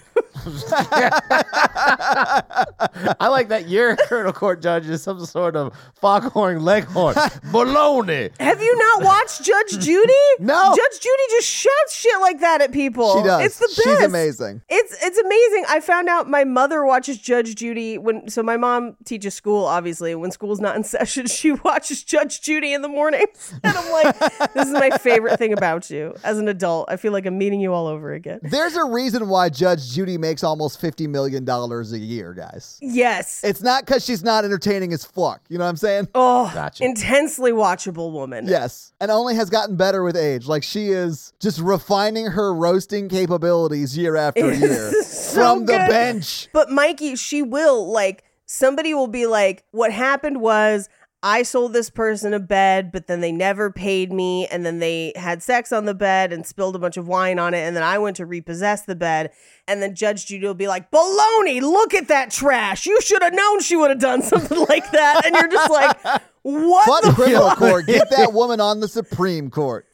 [laughs] I like that your [laughs] criminal court judge is some sort of foghorn [laughs] leghorn baloney. Have you not watched Judge [laughs] Judy? No. Judge Judy just shouts shit like that at people. She does. It's the best. She's amazing. It's it's amazing. I found out my mother watches Judge Judy when so my mom teaches school obviously. When school's not in [laughs] session, she watches Judge Judy in the mornings. [laughs] And I'm like, this is my favorite thing about you as an adult. I feel like I'm meeting you all over again. There's a reason why Judge Judy makes almost $50 million a year, guys. Yes. It's not because she's not entertaining as fuck. You know what I'm saying? oh, Gotcha. intensely watchable woman. Yes. And only has gotten better with age. Like she is just refining her roasting capabilities year after year [laughs] So from the good. bench. [laughs] But Mikey, she will like somebody will be like, "What happened was I sold this person a bed, but then they never paid me. And then they had sex on the bed and spilled a bunch of wine on it. And then I went to repossess the bed. And then Judge Judy will be like, Baloney, look at that trash. You should have known she would have done something [laughs] like that. And you're just [laughs] like, what? Fun the criminal fuck? court. Get that woman on the Supreme Court.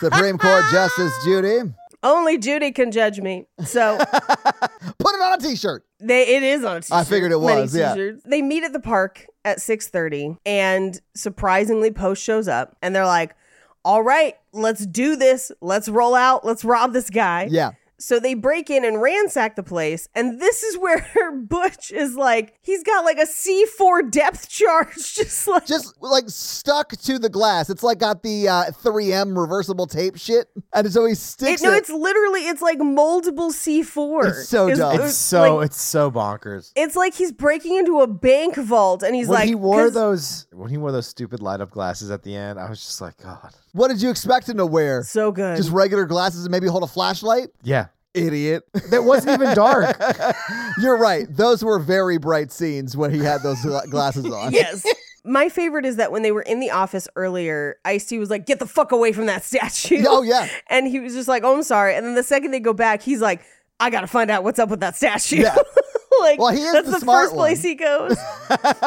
Supreme Court Justice Judy. Only Judy can judge me. So Put it on a t-shirt. They it is on a t-shirt. I figured it Many was, yeah. t-shirts. They meet at the park at 6:30 and surprisingly Post shows up and they're like, "All right, let's do this. Let's roll out. Let's rob this guy." Yeah. So they break in and ransack the place, and this is [laughs] where Butch is like, he's got like a C4 depth charge [laughs] just like Just like stuck to the glass. It's like got the uh, 3M reversible tape shit. And so he it, sticks no, it. it's literally it's like moldable C4. It's so Is- dumb. It's so it's so bonkers. it's like he's breaking into a bank vault and he's when like he wore 'cause- those when he wore those stupid light up glasses at the end, I was just like, God. what did you expect him to wear? so good. Just regular glasses and maybe hold a flashlight? Yeah. Idiot. [laughs] That wasn't even [laughs] dark. You're right. Those were very bright scenes when he had those gla- glasses [laughs] on. yes. My favorite is that when they were in the office earlier, Ice-T was like, get the fuck away from that statue. Oh, yeah. [laughs] And he was just like, oh, I'm sorry. And then the second they go back, he's like, I got to find out what's up with that statue. Yeah. [laughs] like, Well, he is that's the the, smart first place one. he [laughs] goes.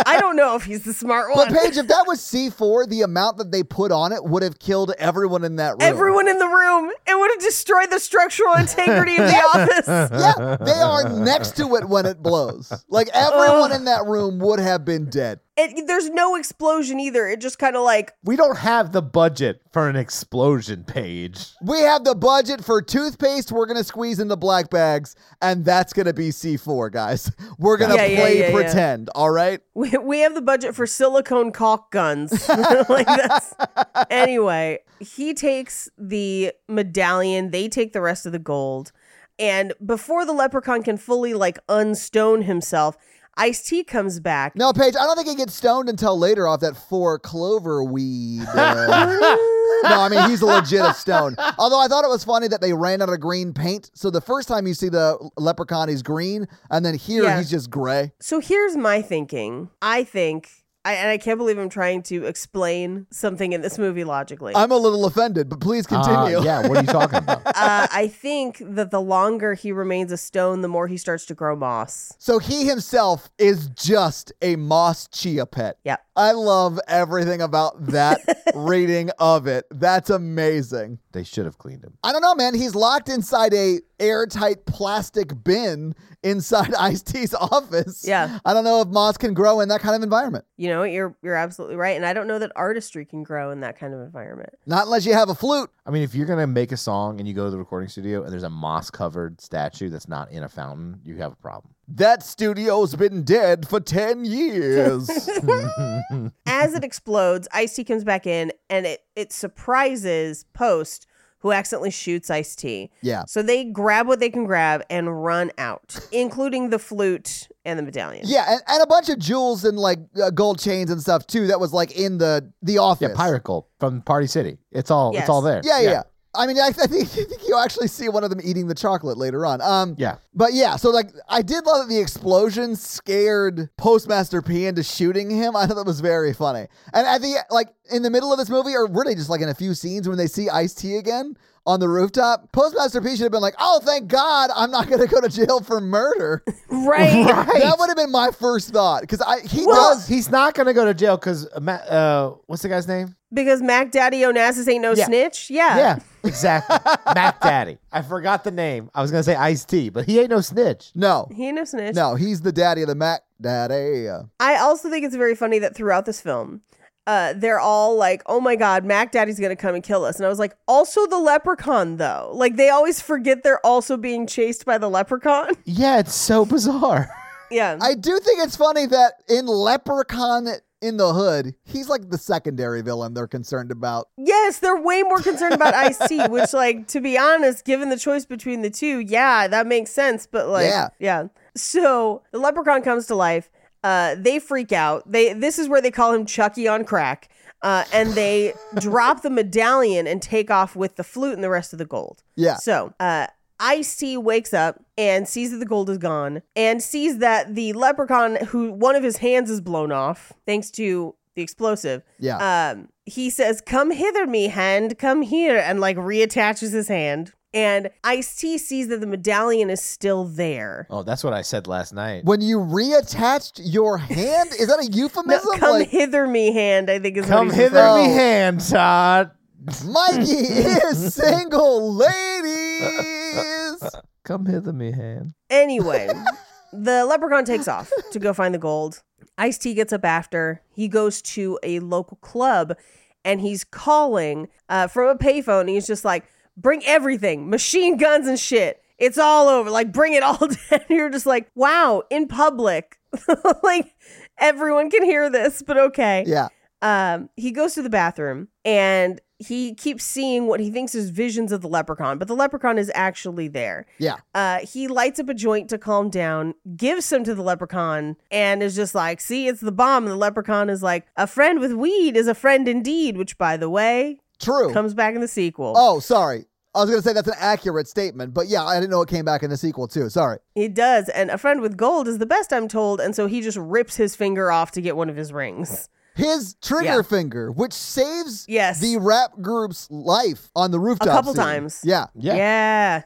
I don't know if he's the smart But one. Paige, if that was C4, the amount that they put on it would have killed everyone in that room. [laughs] Everyone in the room, it would have destroyed the structural integrity [laughs] of the office. Yeah, they are next to it when it blows. [laughs] Like Oh. everyone in that room would have been dead. It, there's no explosion either. It just kind of like, we don't have the budget for an explosion page. We have the budget for toothpaste. We're gonna squeeze in the black bags, and that's gonna be C4, guys. We're gonna Yeah, yeah, play yeah, yeah. pretend. All right. we, we have the budget for silicone caulk guns. [laughs] like that's anyway. He takes the medallion. They take the rest of the gold. And before the leprechaun can fully like unstone himself, Ice T comes back. No, Paige, I don't think he gets stoned until later off that four clover weed. uh, no, I mean he's a legit a stone. Although I thought it was funny that they ran out of green paint. So the first time you see the leprechaun, he's green, and then here Yeah. he's just gray. So here's my thinking. I think, I, and I can't believe I'm trying to explain something in this movie logically. I'm a little offended, but please continue. Uh, yeah, what are you talking about? [laughs] uh, I think that the longer he remains a stone, the more he starts to grow moss. So he himself is just a moss chia pet. Yeah. I love everything about that reading of it. That's amazing. they should have cleaned him. I don't know, man. He's locked inside a airtight plastic bin inside [laughs] Ice T's office. Yeah. I don't know if moss can grow in that kind of environment. You know, you're you're absolutely right, and I don't know that artistry can grow in that kind of environment. Not unless you have a flute. I mean, if you're gonna make a song and you go to the recording studio and there's a moss covered statue that's not in a fountain, you have a [laughs] problem. That studio's been dead for 10 years. As it explodes, Ice T comes back in, and it it surprises Post, who accidentally shoots Ice T. yeah. So they grab what they can grab and run out, including the flute and the medallion. Yeah, and, and a bunch of jewels and like uh, gold chains and stuff too that was like in the the office. Yeah, pirate gold from Party City. It's all Yes. it's all there. Yeah, yeah. yeah. I mean, I, I think [laughs] I think you actually see one of them eating the chocolate later on. Um, Yeah. But yeah, so like I did love that the explosion scared Postmaster P into shooting him. I thought that was very funny. And at the like in the middle of this movie, or really just like in a few scenes when they see Ice T again on the rooftop, Postmaster P should have been like, "Oh, thank God, I'm not gonna go to jail for murder." Right. That would have been my first thought because I he Well, does. he's not gonna go to jail because uh, Ma- uh, what's the guy's name? Because Mac Daddy Onassis ain't no Yeah. snitch. Yeah. yeah, exactly. [laughs] Mac Daddy. I forgot the name. I was gonna say Ice T, but he ain't no snitch. No, He ain't no snitch. no, he's the daddy of the Mac daddy. I also think it's very funny that throughout this film, uh, they're all like, "Oh my God, Mac Daddy's gonna come and kill us," and I was like, "Also the leprechaun, though." Like they always forget they're also being chased by the leprechaun. [laughs] Yeah, it's so bizarre. yeah, I do think it's funny that in Leprechaun in the Hood, he's like the secondary villain they're concerned about. yes, they're way more concerned about Ice T, which, like, to be honest, given the choice between the two, yeah, that makes sense. But like, Yeah. yeah, So the leprechaun comes to life. Uh, they freak out. They this is where they call him Chucky on crack. Uh, and they drop the medallion and take off with the flute and the rest of the gold. Yeah. So, uh, Ice-T wakes up and sees that the gold is gone and sees that the leprechaun, who one of his hands is blown off, thanks to the explosive. Yeah. Um, he says, "Come hither, me hand, come here," and like reattaches his hand. And Ice T sees that the medallion is still there. Oh, that's what I said last night. when you reattached your hand, is that a [laughs] No, euphemism? come like, hither, me hand. I think is Come what he's hither, referring- me hand, Todd. Mikey [laughs] is single, ladies. Come hither, me hand. Anyway, the leprechaun takes off to go find the gold. Ice T gets up after. He goes to a local club and he's calling uh, from a payphone. He's just like, bring everything machine guns and shit. It's all over. Like, bring it all [laughs] down. You're just like, wow, in public. [laughs] like, everyone can hear this, but okay. Yeah. Um, he goes to the bathroom and he keeps seeing what he thinks is visions of the leprechaun, but the leprechaun is actually there. Yeah. Uh, he lights up a joint to calm down, gives some to the leprechaun, and is just like, see, it's the bomb. And the leprechaun is like, a friend with weed is a friend indeed, which, by the way, True. comes back in the sequel. Oh, sorry. I was gonna say that's an accurate statement, but yeah, I didn't know it came back in the sequel too. Sorry. It does. And a friend with gold is the best, I'm told. And so he just rips his finger off to get one of his rings. His trigger Yeah. finger, which saves Yes. the rap group's life on the rooftop. couple scene. times. Yeah. Yeah.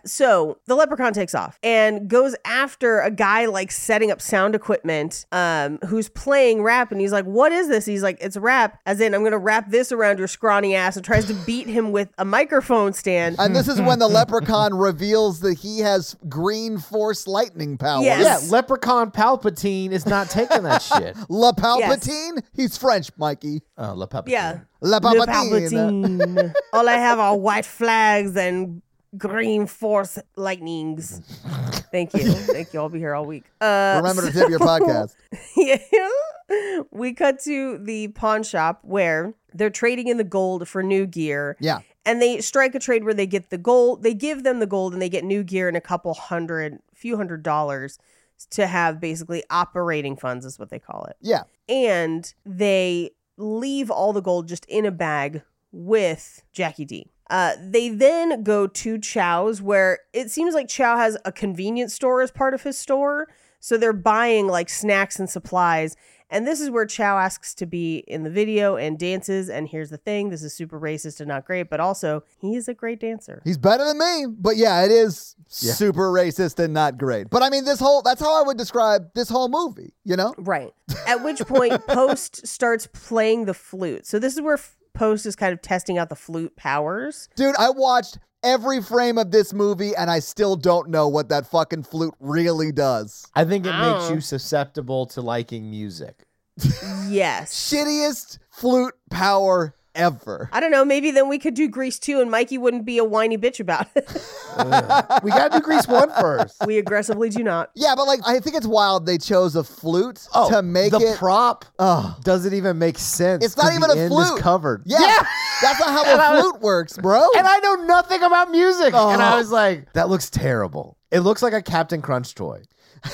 So the leprechaun takes off and goes after a guy like setting up sound equipment um, who's playing rap. And he's like, What is this? He's like, It's rap, as in, I'm going to wrap this around your scrawny ass and tries to beat him with a microphone stand. And this is when [laughs] the leprechaun reveals that he has green force lightning powers. Yes. Yeah, Leprechaun Palpatine is not taking [laughs] that shit. La Palpatine? He's French, Mikey. Oh, Le Palpatine. yeah. La Le Palpatine. [laughs] Palpatine. All I have are white flags and green force lightnings. [laughs] Thank you. Thank you. I'll be here all week. Uh, Remember to tip your podcast. [laughs] yeah. [laughs] We cut to the pawn shop where they're trading in the gold for new gear. Yeah. And they strike a trade where they get the gold, they give them the gold and they get new gear and a couple hundred, few hundred dollars to have basically operating funds, is what they call it. Yeah. And they leave all the gold just in a bag with Jackie D. Uh, they then go to Chow's, where it seems like Chow has a convenience store as part of his store. So they're buying like snacks and supplies. And this is where Chow asks to be in the video and dances. And here's the thing this is super racist and not great, but also he is a great dancer. He's better than me, but yeah, it is Yeah. super racist and not great. But I mean, this whole that's how I would describe this whole movie, you know? Right. At which [laughs] point, Post starts playing the flute. So this is where F- Post is kind of testing out the flute powers. Dude, I watched every frame of this movie and I still don't know what that fucking flute really does. I think it makes Oh. Ow. you susceptible to liking music. Yes. Shittiest flute power ever. I don't know. Maybe then we could do Grease too, and Mikey wouldn't be a whiny bitch about it. [laughs] we got to do Grease One [laughs] first. we aggressively do not. Yeah, but like I think it's wild they chose a flute to make Oh, the it prop Ugh. doesn't even make sense. It's not 'cause even the a end flute. Is covered. Yeah. That's not [laughs] And I how a was- flute works, bro. [laughs] and I know nothing about music. Oh. And I was like, that looks terrible. It looks like a Captain Crunch toy. [laughs] I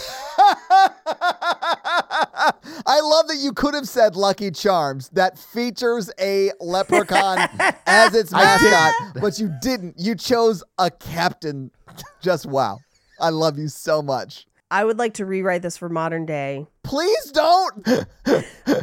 love that you could have said Lucky Charms that features a leprechaun as its I did. mascot, but you didn't. You chose a captain. [laughs] Just wow. I love you so much. I would like to rewrite this for modern day. Please don't.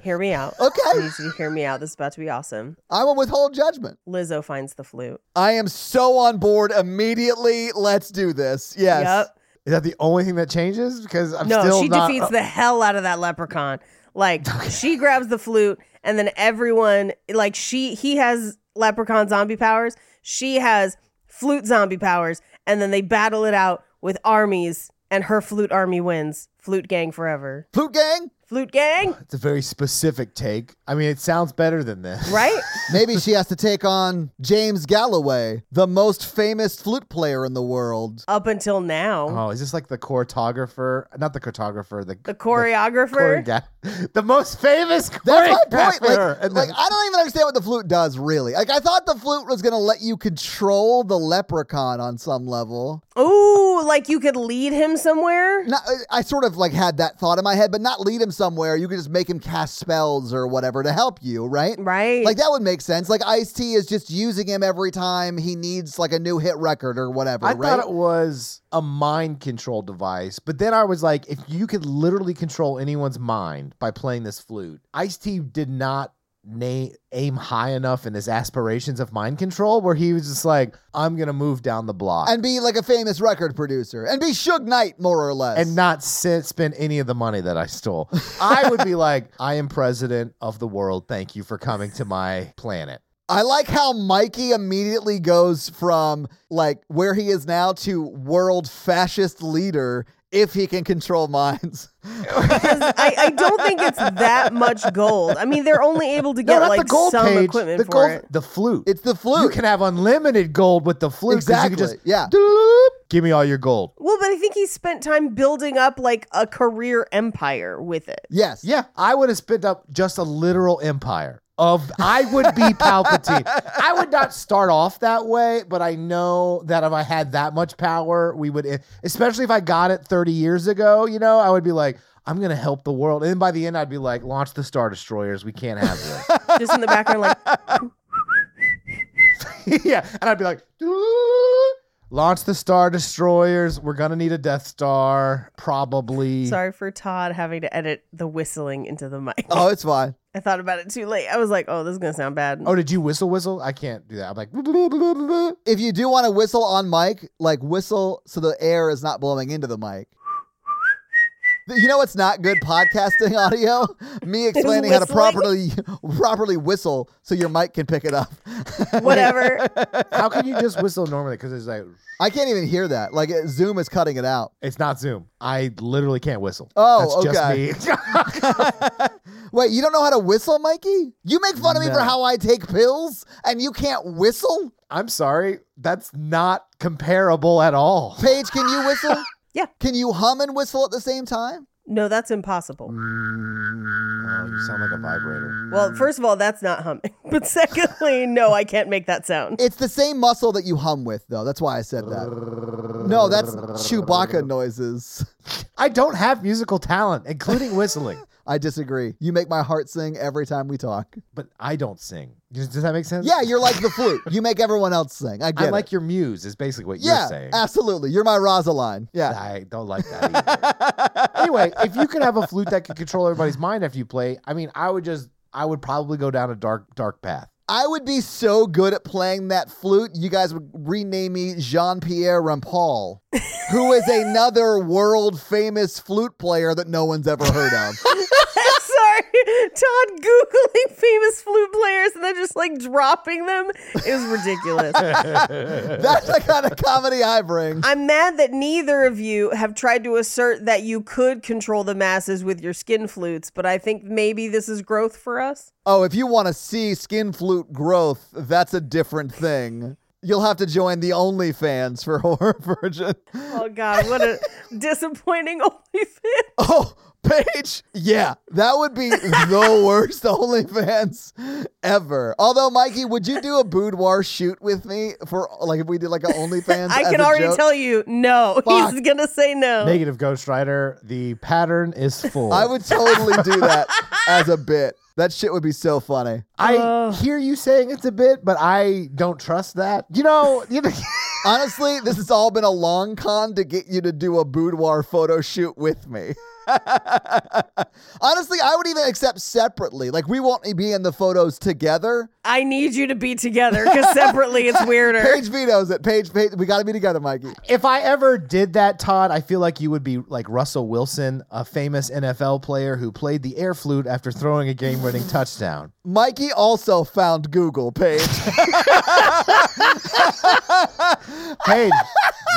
Hear me out. [laughs] Okay. I need you to hear me out. This is about to be awesome. I will withhold judgment. Lizzo finds the flute. I am so on board immediately. Let's do this. Yes. Yep. Is that the only thing that changes? Because I'm No, still she not- uh, defeats the hell out of that leprechaun. [laughs] Like she grabs the flute, and then everyone like she he has leprechaun zombie powers. She has flute zombie powers, and then they battle it out with armies, and her flute army wins. Flute gang forever. Flute gang? Flute gang, [laughs] It's a very specific take. I mean, it sounds better than this. right? Maybe she has to take on James Galloway, the most famous flute player in the world. Up until now, [laughs] Oh, is this like the choreographer? Not the choreographer. The the choreographer. choreo- [laughs] the most famous That's my choreographer. point. Like, And like, then- I don't even understand what the flute does, really. Like, I thought the flute was going to let you control the leprechaun on some level. Ooh, like you could lead him somewhere. Not, I sort of, like, had that thought in my head, but not lead him somewhere. You could just make him cast spells or whatever to help you, right? Right. Like, that would make sense. Like, Ice-T is just using him every time he needs, like, a new hit record or whatever, I right? thought it was a mind control device, but then I was like, if you could literally control anyone's mind by playing this flute, Ice T did not na- aim high enough in his aspirations of mind control where he was just like, I'm gonna move down the block and be like a famous record producer and be Suge Knight more or less. and not sit, spend any of the money that [laughs] I stole. I would be like, I am president of the world. Thank you for coming to my planet. I like how Mikey immediately goes from like where he is now to world fascist leader if he can control [laughs] minds. I, I don't think it's that much gold. I mean, they're only able to get no, not like the gold some page. equipment the for gold, it. the flute. It's the flute. You can have unlimited gold with the flute. 'cause exactly. You can just yeah. doop, give me all your gold. Well, but I think he spent time building up like a career empire with it. Yes. Yeah, I would have spent up just a literal empire of. I would be Palpatine. I would not start off that way, but I know that if I had that much power, we would. Especially if I got it thirty years ago, you know, I would be like. I'm gonna help the world, and then by the end, I'd be like, "Launch the star destroyers. We can't have this." Just in the background, like [laughs] yeah, and I'd be like, "Doop. "Launch the star destroyers. We're gonna need a Death Star, probably." sorry for Todd having to edit the whistling into the mic. Oh, it's fine. I thought about it too late. I was like, oh, this is gonna sound bad. Oh, [laughs] did you whistle? Whistle? I can't do that. I'm like. [laughs] "Bloop, bloop, bloop, bloop, bloop." If you do want to whistle on mic, like whistle so the air is not blowing into the mic. You know what's not good podcasting [laughs] audio? [laughs] Me explaining how to properly Whistling. properly [laughs] whistle so your mic can pick it up. Whatever. How can you just whistle normally? Because it's like [laughs] I can't even hear that. Like it- Zoom is cutting it out. it's not Zoom. I literally can't whistle. Oh, That's okay. Just me. [laughs] [laughs] Wait, you don't know how to whistle, Mikey? You make fun of me for No. how I take pills and you can't whistle? I'm sorry. That's not comparable at all. [laughs] Paige, can you whistle? Yeah. Can you hum and whistle at the same time? no, that's impossible. Oh, you sound like a vibrator. Well, first of all, that's not humming. [laughs] But secondly, no, I can't make that sound. [laughs] It's the same muscle that you hum with, though. That's why I said that. No, that's Chewbacca noises. I don't have musical talent, [laughs] including whistling. I disagree. You make my heart sing every time we talk. But I don't sing. Does does that make sense? Yeah, you're like the flute. You make everyone else sing. I get I'm it. like your muse. Is basically what yeah, you're saying. absolutely. You're my Rosaline. Yeah. [laughs] I don't like that. [laughs] Either. anyway, if you could have a flute that could control everybody's mind after you play, I mean, I would just, I would probably go down a dark, dark path. I would be so good at playing that flute, you guys would rename me Jean Pierre Rampal, who is another world famous flute player that no one's ever heard of. sorry. Todd Googling famous flute players and then just like dropping them is ridiculous. That's the kind of comedy I bring. I'm mad that neither of you have tried to assert that you could control the masses with your skin flutes, but I think maybe this is growth for us. Oh, if you want to see skin flute growth, that's a different thing. You'll have to join the OnlyFans for [laughs] Horror Virgin. Oh God, what [laughs] a disappointing [laughs] OnlyFans. Oh, Paige. Yeah, that would be [laughs] the worst OnlyFans ever. Although, Mikey, would you do a boudoir shoot with me for like if we did like an OnlyFans? [laughs] I as can a already joke? tell you, no. Fuck. He's gonna say no. Negative Ghost Rider. The pattern [laughs] is full. Oh. I would totally do [laughs] that as a bit. That shit would be so funny. I hear you saying it's a bit, but I don't trust that. You know, [laughs] you know Honestly, this has all been a long con to get you to do a boudoir photo shoot with me. [laughs] Honestly, I would even accept separately. Like, we won't be in the photos together. I need you to be together because [laughs] separately it's weirder. Paige vetoes it. Paige, Paige, we got to be together, Mikey. if I ever did that, Todd, I feel like you would be like Russell Wilson, a famous NFL player who played the air flute after throwing a game winning touchdown. Mikey also found Google, Paige. Hey,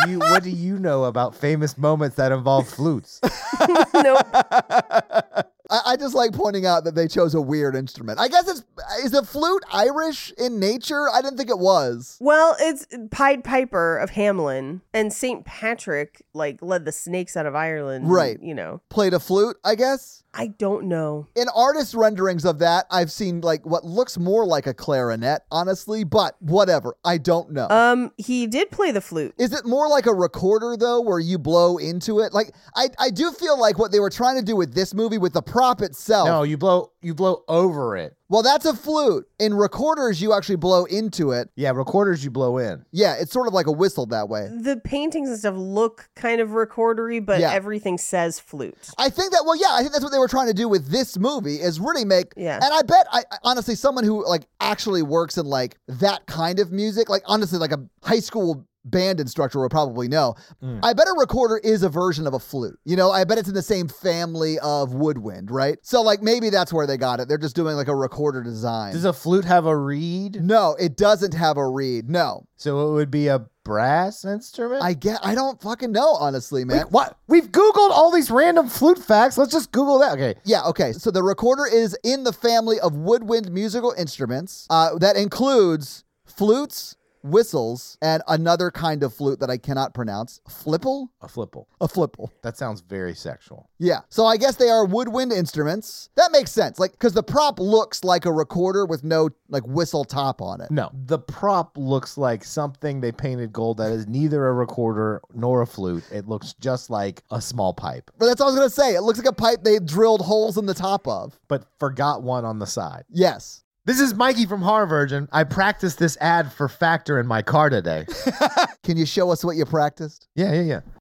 you, what do you know about famous moments that involve flutes? [laughs] [laughs] nope. [laughs] I, I just like pointing out that they chose a weird instrument. I guess it's. Is the flute Irish in nature? I didn't think it was. Well, it's Pied Piper of Hamlin and St. Patrick, like, led the snakes out of Ireland. and, Right. You know, Played a flute, I guess. I don't know. in artist renderings of that, I've seen like what looks more like a clarinet, honestly, but whatever. I don't know. Um, he did play the flute. Is it more like a recorder though, where you blow into it? Like I, I do feel like what they were trying to do with this movie with the prop itself. No, you blow you blow over it. Well, that's a flute. In recorders, you actually blow into it. Yeah, recorders you blow in. Yeah, it's sort of like a whistle that way. The paintings and stuff look kind of recordery, but Yeah. everything says flute. I think that well, yeah, I think that's what they were trying to do with this movie is really make. Yeah. And I bet, I I- honestly, someone who like actually works in like that kind of music, like honestly, like a high school band instructor will probably know. I bet a recorder is a version of a flute. You know, I bet it's in the same family of woodwind, right? So like maybe that's where they got it. They're just doing like a recorder design. Does a flute have a reed? no, it doesn't have a reed. No, So it would be a brass instrument? I get. I don't fucking know, honestly, man. We- what? We've Googled all these random flute facts. Let's just Google that. Okay. Yeah, okay. So the recorder is in the family of woodwind musical instruments. Uh, that includes flutes, whistles, and another kind of flute that I cannot pronounce. Flipple? A flipple. A flipple. That sounds very sexual. Yeah. So I guess they are woodwind instruments. That makes sense. Like, because the prop looks like a recorder with no, like, whistle top on it. No, the prop looks like something they painted gold that is neither a recorder nor a flute. It looks just like a small pipe, But that's all I was going to say. It looks like a pipe they drilled holes in the top of. but forgot one on the side. Yes. This is Mikey from Harvirgin. I practiced this ad for Factor in my car today. Can you show us what you practiced? [laughs] yeah, yeah, yeah.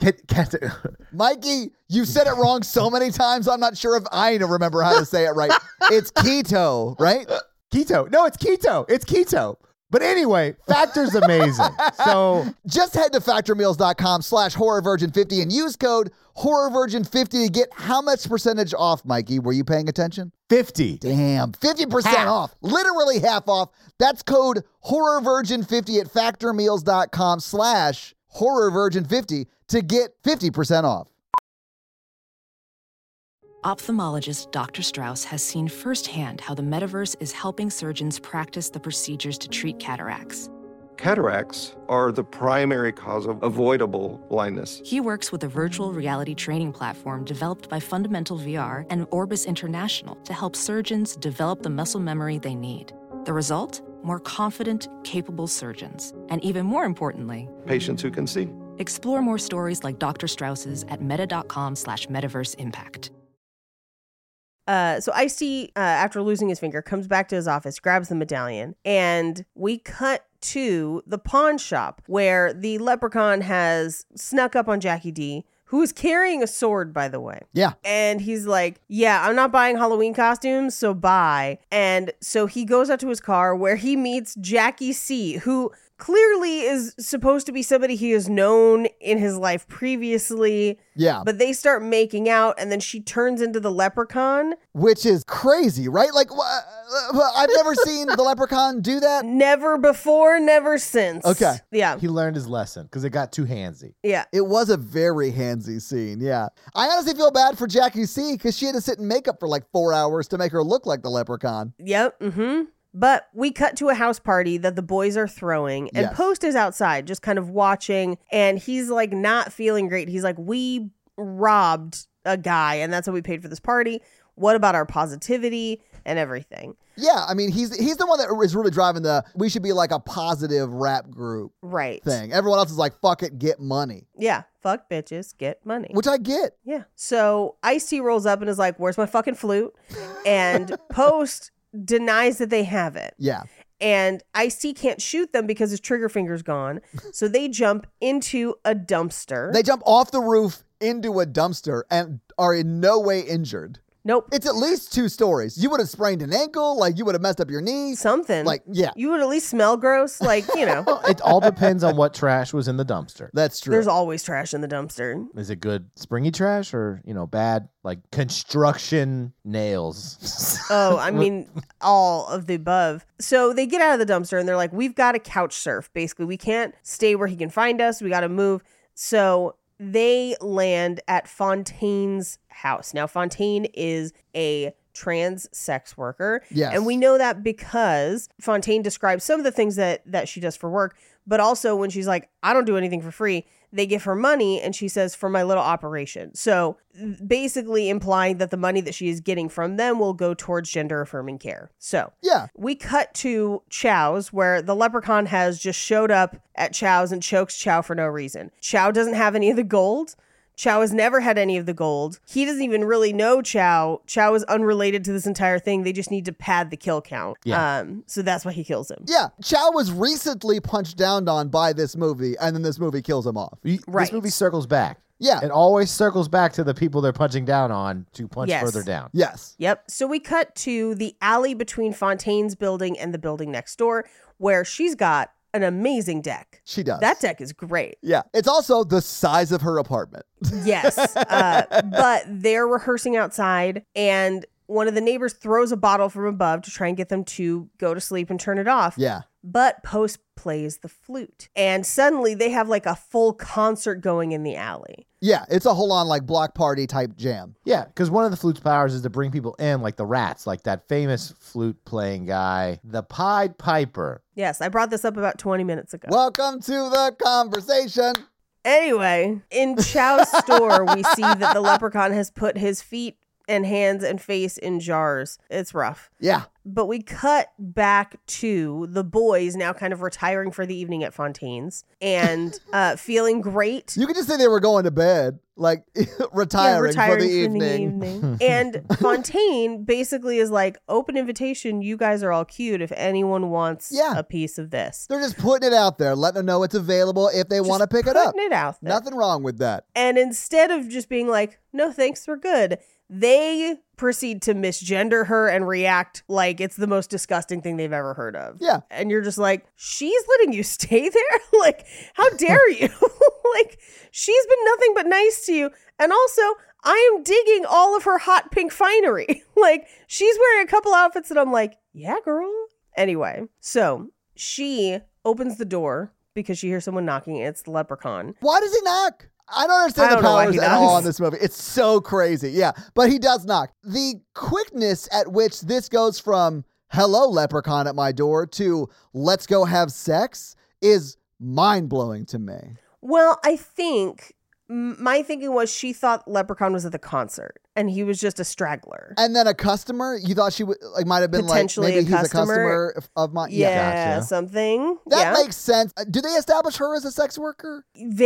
Ket- [laughs] Keto? Mikey, you said it wrong so many times. I'm not sure if I remember how to say it right. It's keto, right? keto? No, it's keto. It's keto. But anyway, Factor's amazing. [laughs] so Just head to factormeals.com slash horrorvirgin50 and use code horrorvirgin50 to get how much percentage off, Mikey? Were you paying attention? fifty. Damn, 50% Half. off. Literally half off. That's code HorrorVirgin50 at factormeals.com slash HorrorVirgin50 to get 50% off. Ophthalmologist Dr. Strauss has seen firsthand how the metaverse is helping surgeons practice the procedures to treat cataracts. Cataracts are the primary cause of avoidable blindness. He works with a virtual reality training platform developed by Fundamental VR and Orbis International to help surgeons develop the muscle memory they need. The result? More confident, capable surgeons. And even more importantly, Patients who can see. explore more stories like Dr. Strauss's at meta.com slash metaverse impact. Uh, so Icy, uh, after losing his finger, comes back to his office, grabs the medallion, and we cut to the pawn shop where the leprechaun has snuck up on Jackie D, who is carrying a sword, by the way. Yeah. And he's like, Yeah, I'm not buying Halloween costumes, so bye. And so he goes out to his car where he meets Jackie C, who clearly is supposed to be somebody he has known in his life previously. Yeah. But they start making out, and then she turns into the leprechaun. Which is crazy, right? Like, wha- uh, uh, I've never seen the leprechaun do that. Never before, never since. Okay. Yeah. He learned his lesson because it got too handsy. Yeah. It was a very handsy scene, yeah. I honestly feel bad for Jackie C because she had to sit in makeup for like four hours to make her look like the leprechaun. Yep. Mm hmm. But we cut to a house party that the boys are throwing, and Yes. Post is outside just kind of watching, and he's like not feeling great. He's like, We robbed a guy, and that's how we paid for this party. What about our positivity and everything? Yeah, I mean, he's he's the one that is really driving the we should be like a positive rap group Right. thing. Everyone else is like, fuck it, get money, Yeah. Fuck bitches, get money. which I get. Yeah. So Icy rolls up and is like, Where's my fucking flute? [laughs] And Post denies that they have it. Yeah. And Icy can't shoot them because his trigger [laughs] finger's gone. So they jump into a dumpster. They jump off the roof into a dumpster and are in no way injured. Nope. It's at least two stories. You would have sprained an ankle, like you would have messed up your knee. Something. Like, yeah. You would at least smell gross. Like, you know, [laughs] It all depends on what trash was in the dumpster. That's [laughs] true. there's always trash in the dumpster. Is it good springy trash or, you know, bad like construction [laughs] nails? Oh, I mean, all of the above. So they get out of the dumpster and they're like, we've got to couch surf. Basically, we can't stay where he can find us. We got to move. So they land at Fontaine's house. Now, Fontaine is a trans sex worker. Yes. And we know that because Fontaine describes some of the things that that she does for work, but also when she's like, I don't do anything for free, they give her money and she says for my little operation. So th- basically implying that the money that she is getting from them will go towards gender affirming care. So yeah. we cut to Chow's where the leprechaun has just showed up at Chow's and chokes Chow for no reason. Chow doesn't have any of the gold. Chow has never had any of the gold. He doesn't even really know Chow. Chow is unrelated to this entire thing. They just need to pad the kill count. Yeah. Um, so that's why he kills him. Yeah. Chow was recently punched down on by this movie, and then this movie kills him off. You- Right. This movie circles back. Yeah. It always circles back to the people they're punching down on to punch Yes. further down. Yes. Yep. So we cut to the alley between Fontaine's building and the building next door where she's got an amazing deck. She does. That deck is great. Yeah. It's also the size of her apartment. Yes. Uh, but they're rehearsing outside, and one of the neighbors throws a bottle from above to try and get them to go to sleep and turn it off. Yeah. But Post plays the flute, and suddenly they have like a full concert going in the alley. Yeah. It's a whole on like block party type jam. Yeah, because one of the flute's powers is to bring people in, like the rats, like that famous flute playing guy, the Pied Piper. Yes, I brought this up about 20 minutes ago. Welcome to the conversation. Anyway, in Chow's store, we see that the leprechaun has put his feet and hands and face in jars. It's rough. Yeah. But we cut back to the boys now kind of retiring for the evening at Fontaine's [laughs] and uh, feeling great. You could just say they were going to bed, like [laughs] retiring, for the for evening. [laughs] evening. and Fontaine basically is like, open invitation. You guys are all cute. If anyone wants Yeah. a piece of this, They're just putting it out there, letting them know it's available if they want to pick it up. putting it out there. Nothing wrong with that. And instead of just being like, no, thanks, we're good, they proceed to misgender her and react like it's the most disgusting thing they've ever heard of. Yeah. And you're just like, she's letting you [laughs] stay there? like, how dare you? [laughs] like, she's been nothing but nice to you. And also, I am digging all of her hot pink finery. [laughs] like, she's wearing a couple outfits that I'm like, yeah, girl. Anyway, so she opens the door because she hears someone knocking. It's the leprechaun. Why does he knock? I don't understand I the don't know why powers he at all knocks. in this movie. It's so crazy. Yeah, but he does knock. The quickness at which this goes from "Hello, leprechaun at my door" to "Let's go have sex" is mind blowing to me. Well, I think m- my thinking was she thought Leprechaun was at the concert and he was just a straggler. And then a customer, you thought she would like might have been Potentially like maybe a he's customer. a customer of mine. yeah, Gotcha. something. yeah. That makes sense. Uh, Do they establish her as a sex worker?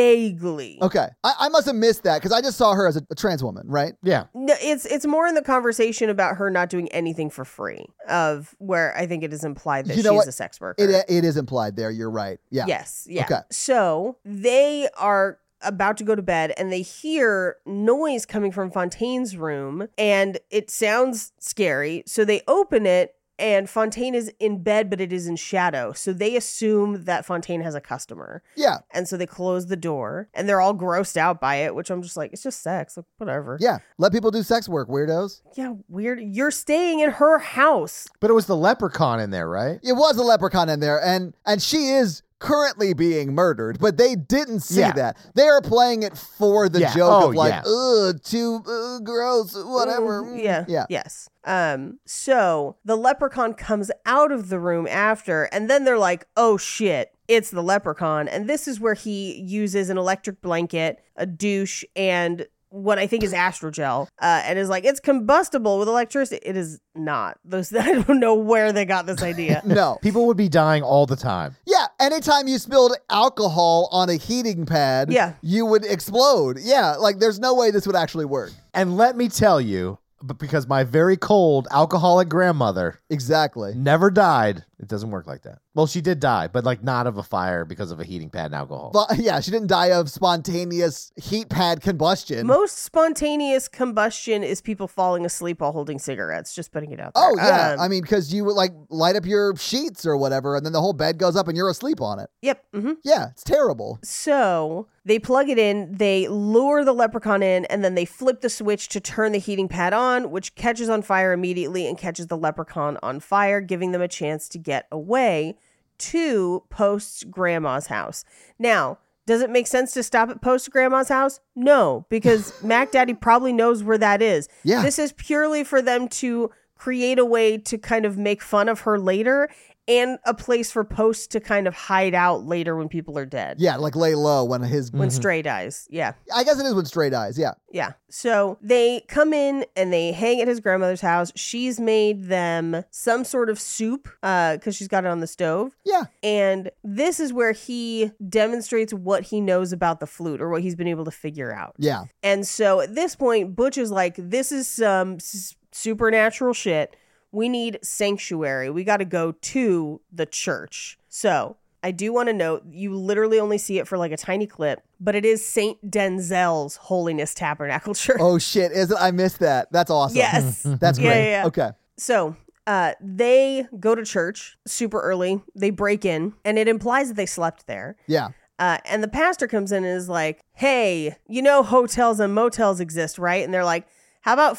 Vaguely. Okay. I, I must have missed that because I just saw her as a, a trans woman, right? Yeah. No, it's it's more in the conversation about her not doing anything for free of where I think it is implied that You know she's what? a sex worker. It, it is implied there. You're right. Yeah. Yes. Yeah. Okay. So they are about to go to bed and they hear noise coming from Fontaine's room and it sounds scary. So they open it and Fontaine is in bed, but it is in shadow. So they assume that Fontaine has a customer. Yeah. And so they close the door and they're all grossed out by it, which I'm just like, it's just sex. Like, whatever. Yeah. Let people do sex work, weirdos. Yeah, weird. You're staying in her house. But it was the leprechaun in there, right? It was a leprechaun in there, and and she is currently being murdered, but they didn't see Yeah. that. They are playing it for the Yeah. joke Oh, of like, yeah. ugh, too uh, gross, whatever. Mm, Mm. Yeah. Yeah. Yes. Um, so the leprechaun comes out of the room after, and then they're like, oh shit, it's the leprechaun. And this is where he uses an electric blanket, a douche, and what I think is astrogel, uh, and is like, it's combustible with electricity. It is not. Those [laughs] I don't know where they got [laughs] this idea. No. People would be dying all the time. Yeah. Anytime you spilled alcohol on a heating pad, Yeah. you would explode. Yeah. Like there's no way this would actually work. And let me tell you, but because my very cold alcoholic grandmother Exactly. never died It doesn't work like that. Well, she did die, but like not of a fire because of a heating pad and alcohol. But [laughs] yeah, she didn't die of spontaneous heat pad combustion. Most spontaneous combustion is people falling asleep while holding cigarettes. Just putting it out there. oh yeah, Um, I mean, because you would like light up your sheets or whatever, and then the whole bed goes up and you're asleep on it. yep. hmm Yeah, it's terrible. So they plug it in, they lure the leprechaun in, and then they flip the switch to turn the heating pad on, which catches on fire immediately and catches the leprechaun on fire, giving them a chance to get away to Post's grandma's house. Now, does it make sense to stop at Post's grandma's house? No, because Mac Daddy probably knows where that is. Yeah. This is purely for them to create a way to kind of make fun of her later and a place for Post to kind of hide out later when people are dead Yeah, like lay low when his. when Stray dies. Yeah. I guess it is when Stray dies. Yeah. Yeah. So they come in and they hang at his grandmother's house. She's made them some sort of soup because she's got it on the stove. Yeah. And this is where he demonstrates what he knows about the flute or what he's been able to figure out. Yeah. And so at this point, Butch is like, this is some s- supernatural shit. We need sanctuary. We got to go to the church. So I do want to note you literally only see it for like a tiny clip, but it is St. Denzel's Holiness Tabernacle [laughs] Church. Oh shit! Is it? I missed that. That's awesome. Hmm, Mm-hmm. Yes. That's [laughs] Yeah, great. yeah, yeah. Okay. So uh, they go to church super early. They break in, and it implies that they slept there. Yeah. Uh, and the pastor comes in and is like, hey, you know, hotels and motels exist, right? And they're like, how about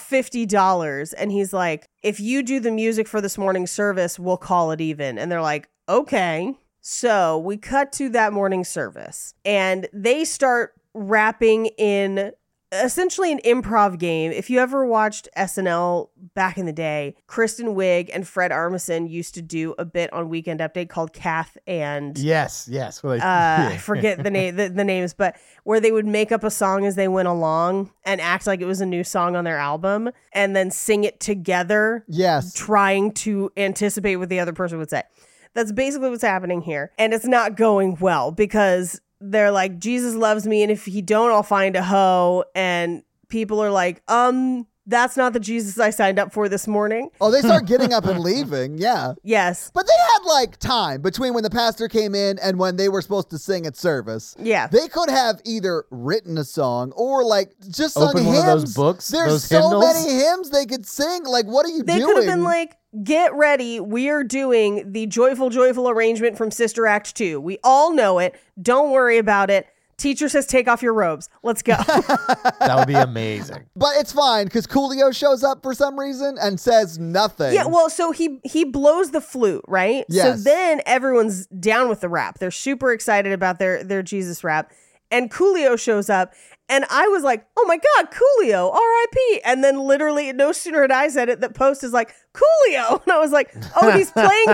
$50? And he's like, if you do the music for this morning's service, we'll call it even. And they're like, okay. So we cut to that morning service and they start rapping in essentially an improv game. If you ever watched SNL back in the day, Kristen Wiig and Fred Armisen used to do a bit on Weekend Update called Kath and Yes, yes. [laughs] Well, they- uh, I yeah. forget the name the, the names, but where they would make up a song as they went along and act like it was a new song on their album and then sing it together, Yes. trying to anticipate what the other person would say. That's basically what's happening here. And it's not going well because they're like, Jesus loves me, and if he don't, I'll find a hoe. And people are like, um, that's not the Jesus I signed up for this morning. Oh, they start getting up [laughs] and leaving. Yeah. Yes. But they had like time between when the pastor came in and when they were supposed to sing at service. Yeah. They could have either written a song or like just sung Open hymns. one of those books, There's those so hymnals. many hymns they could sing. Like, what are you They doing? could have been like, get ready. We are doing the joyful, joyful arrangement from Sister Act 2. We all know it. Don't worry about it. Teacher says, take off your robes. Let's go. that would be [laughs] amazing. but it's fine because Coolio shows up for some reason and says nothing. yeah, well, so he he blows the flute, right? Yes. So then everyone's down with the rap. They're super excited about their their Jesus rap. And Coolio shows up. And I was like, oh my God, Coolio, R.I.P. And then literally, no sooner had I said it that Post is like, Coolio. [laughs] And I was like, oh, he's playing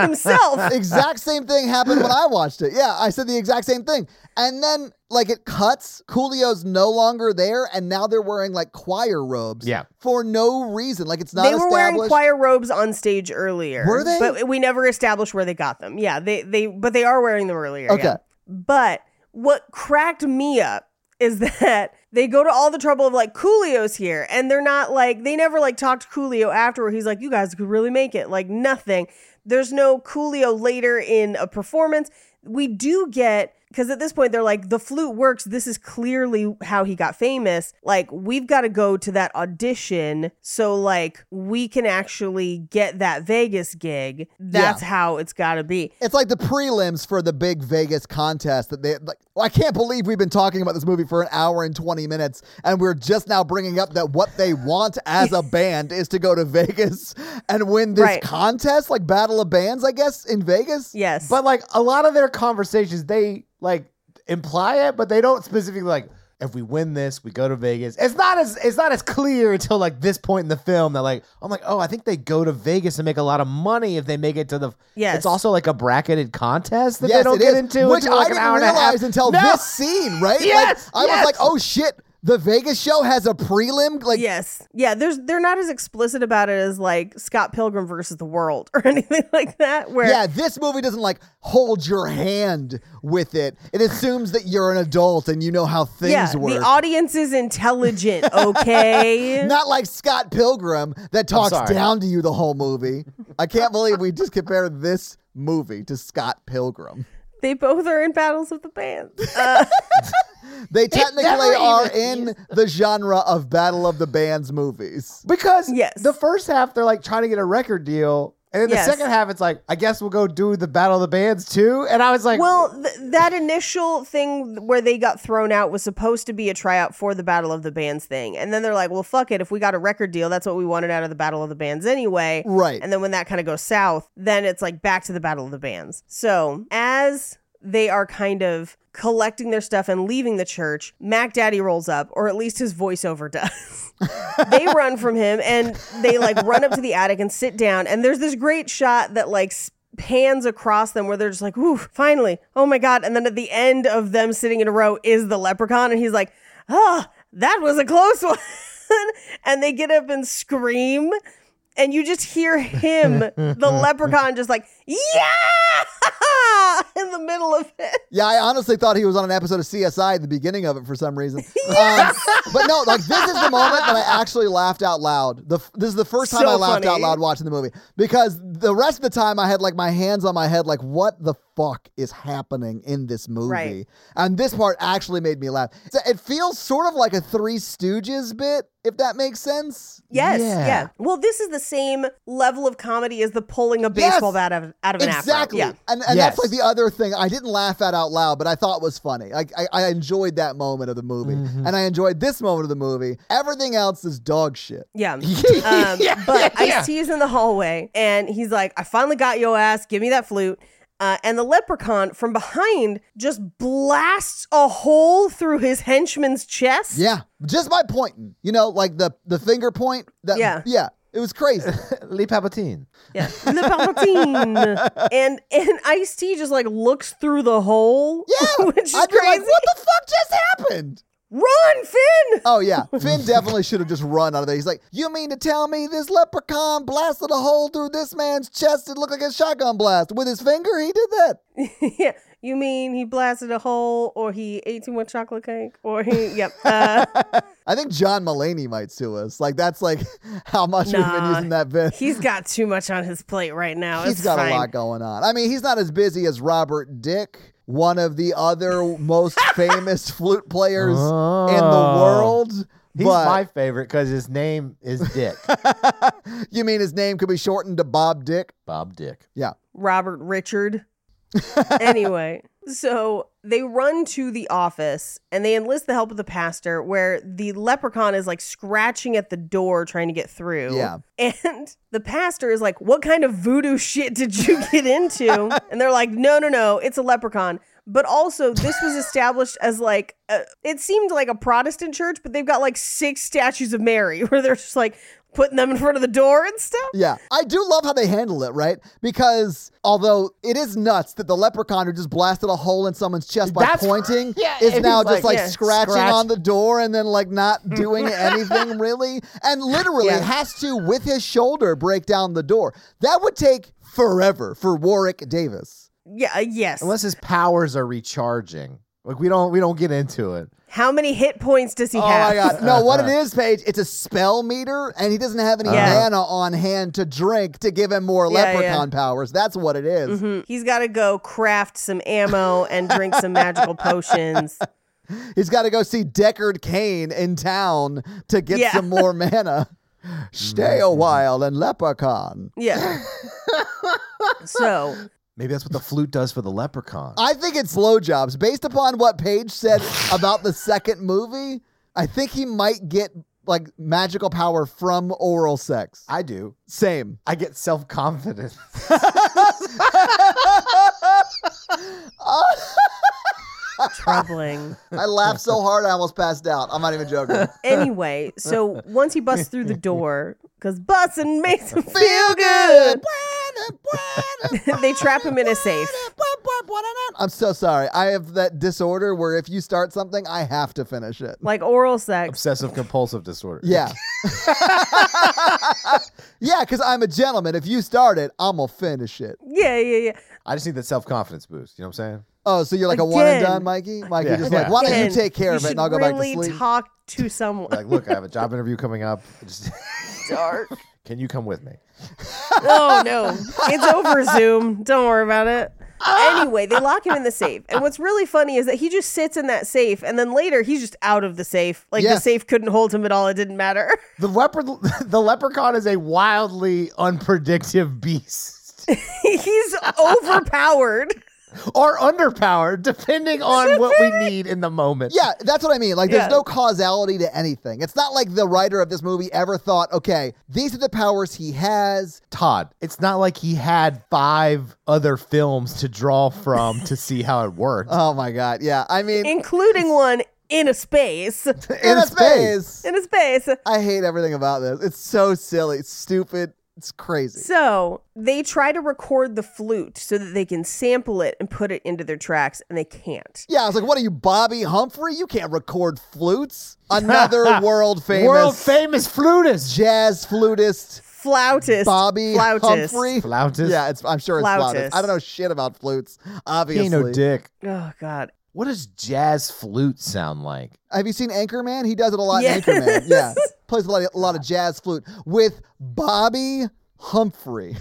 [laughs] himself. exact same thing happened when I watched it. Yeah, I said the exact same thing. And then like it cuts, Coolio's no longer there, and now they're wearing like choir robes. Yeah. For no reason. Like it's not they were wearing established. choir robes on stage earlier. Were they? But we never established where they got them. Yeah, they they but they are wearing them earlier. Okay. yeah. But what cracked me up is [laughs] that they go to all the trouble of like Coolio's here and they're not like they never like talked to Coolio afterward. He's like, You guys could really make it. Like nothing. There's no Coolio later in a performance. We do get because at this point they're like, the flute works. This is clearly how he got famous. Like, we've got to go to that audition so like we can actually get that Vegas gig. That's how it's gotta be. It's like the prelims for the big Vegas contest that they like. well, I can't believe we've been talking about this movie for an hour and 20 minutes, and we're just now bringing up that what they want as [laughs] a band is to go to Vegas and win this Right. contest, like Battle of Bands, I guess, in Vegas. Yes. But like a lot of their conversations, they like imply it, but they don't specifically like. If we win this, we go to Vegas. It's not as it's not as clear until like this point in the film that like I'm like, oh, I think they go to Vegas and make a lot of money if they make it to the. Yes. It's also like a bracketed contest that yes, they don't it get is, into, which until, like, I an didn't hour and a half. realize until No! this scene, right? Like, Yes, I was yes. like, oh shit, the Vegas show has a prelim. Like, yes. Yeah, there's they're not as explicit about it as like Scott Pilgrim versus the world [laughs] or anything like that. Where yeah, this movie doesn't like hold your hand with it. It assumes that you're an adult and you know how things yeah, work. the audience [laughs] is intelligent, okay? Not like Scott Pilgrim that talks sorry. down to you the whole movie. I can't believe we just compared this movie to Scott Pilgrim. They both are in Battles of the Bands. Uh, They technically never are even in the genre of Battle of the Bands movies. Because Yes. the first half they're like trying to get a record deal, and then Yes. the second half it's like, I guess we'll go do the Battle of the Bands too. And I was like, well, th- that initial thing where they got thrown out was supposed to be a tryout for the Battle of the Bands thing. And then they're like, well, fuck it. If we got a record deal, that's what we wanted out of the Battle of the Bands anyway. Right. And then when that kind of goes south, then it's like back to the Battle of the Bands. So as they are kind of collecting their stuff and leaving the church, Mac Daddy rolls up, or at least his voiceover [laughs] does. they run from him and they like run up to the attic and sit down. And there's this great shot that like s- pans across them where they're just like, ooh, finally, oh my God. And then at the end of them sitting in a row is the leprechaun. And he's like, ah, that was a close [laughs] one. and they get up and scream and you just hear him, [laughs] the leprechaun, just like, yeah, [laughs] in the middle of it. Yeah, I honestly thought he was on an episode of CSI at the beginning of it for some [laughs] reason. um, but no, like this is the moment that I actually laughed out loud. The f- this is the first time So I laughed out funny. loud watching the movie because the rest of the time I had like my hands on my head, like what the fuck is happening in this movie? Right. And this part actually made me laugh. So it feels sort of like a Three Stooges bit, if that makes sense. Yes, yeah. Yeah. Well, this is the same level of comedy as the pulling a baseball Yes! bat out of, out of an Exactly, apple. and and that's Yes. like the other thing. I didn't laugh at out loud, but I thought was funny. Like I, I enjoyed that moment of the movie, and I enjoyed this moment of the movie. Everything else is dog shit. [laughs] Yeah, yeah. Um, but Ice T is in the hallway, and he's like, "I finally got your ass. Give me that flute." Uh, and the leprechaun from behind just blasts a hole through his henchman's chest. Yeah, just by pointing, you know, like the the finger point. That, Yeah. yeah, it was crazy. Lee Palpatine. Yeah. Le Palpatine. and and Ice T just like looks through the hole. Yeah, [laughs] [laughs] Which is I'd be crazy. like, what the fuck just happened? [laughs] Run, Finn! Oh [laughs] yeah, Finn definitely should have just run out of there. He's like, you mean to tell me this leprechaun blasted a hole through this man's chest? It looked like a shotgun blast with his finger. He did that. [laughs] yeah. You mean he blasted a hole or he ate too much chocolate cake? Or he yep. Uh, [laughs] I think John Mulaney might sue us. Like that's like [laughs] how much we've been Nah. using that bit. he's got too much on his plate right now. he's it's got fine. a lot going on. I mean, he's not as busy as Robert Dick, one of the other [laughs] most famous flute players in the Oh. world. He's but my favorite because his name is [laughs] Dick. [laughs] you mean his name could be shortened to Bob Dick? Bob Dick. Yeah. Robert Richard. anyway, so they run to the office and they enlist the help of the pastor, where the leprechaun is like scratching at the door trying to get through. Yeah. And the pastor is like, What kind of voodoo shit did you get into? and they're like, No, no, no, it's a leprechaun. But also, this was established as like, a, it seemed like a Protestant church, but they've got like six statues of Mary [laughs] where they're just like putting them in front of the door and stuff. Yeah. I do love how they handle it, right? Because although it is nuts that the leprechaun who just blasted a hole in someone's chest by That's- pointing [laughs] Yeah, is and now he's just like, like yeah, scratching scratch. [laughs] on the door and then like [laughs] not doing anything really. And literally Yeah. has to, with his shoulder, break down the door. That would take forever for Warwick Davis. Yeah, uh, yes. Unless his powers are recharging. Like we don't we don't get into it. How many hit points does he Oh have? my [laughs] god. No, what it is, Paige, it's a spell meter, and he doesn't have any Yeah. mana on hand to drink to give him more Yeah, yeah. leprechaun powers. That's what it is. Mhm. He's got to go craft some ammo and drink some magical potions. Mm-hmm. He's got to go see Deckard Kane in town to get Yeah. some more [laughs] mana. Stay a while and leprechaun. [laughs] Yeah. So, Maybe that's what the flute does for the leprechaun. I think it's slow jobs. Based upon what Paige said about the second movie, I think he might get like magical power from oral sex. I do. Same. I get self confidence. troubling. I laughed so hard I almost passed out. I'm not even [laughs] joking. Anyway, so once he busts through the door, because busting makes him feel Feel good, good. they trap him in a safe. I'm so sorry. I have that disorder where if you start something, I have to finish it. Like oral sex. [laughs] Obsessive compulsive disorder. [laughs] Yeah. yeah, because I'm a gentleman. If you start it, I'm going to finish it. Yeah, yeah, yeah. I just need that self confidence boost. You know what I'm saying? Oh, so you're like a one and Again. done, Mikey? Mikey, Yeah. just like, why don't you Again, take care of it should and I'll go back to really sleep? talk to someone. [laughs] Like, look, I have a job interview coming up. Just- Dark. Can you come with me? oh no, it's over Zoom. Don't worry about it. Anyway, they lock him in the safe, and what's really funny is that he just sits in that safe, and then later he's just out of the safe. Like Yeah. the safe couldn't hold him at all; it didn't matter. [laughs] The leopard, [laughs] the leprechaun is a wildly unpredictive beast, he's overpowered. or underpowered, depending on what we need in the moment. Yeah, that's what I mean. Like, there's Yeah. no causality to anything. It's not like the writer of this movie ever thought, okay, these are the powers he has. Todd, it's not like he had five other films to draw from to see how [laughs] it worked. Oh my God. Yeah. I mean, in, including one in a space. a in space. space. In a space. I hate everything about this. It's so silly. It's stupid. It's crazy. So they try to record the flute so that they can sample it and put it into their tracks, and they can't. yeah, I was like, what are you, Bobby Humphrey? You can't record [laughs] flutes. Another world famous World famous flutist. jazz flutist, Flautist. Bobby Flautist. Humphrey. Flautist. Yeah, it's, I'm sure it's flautist. Flautist. I don't know shit about flutes, obviously. Kino Dick. Oh God. What does jazz flute sound like? Have you seen Anchorman? He does it a lot Yes. in Anchorman. [laughs] Yeah. Plays a lot, of, a lot of jazz flute with Bobby Humphrey.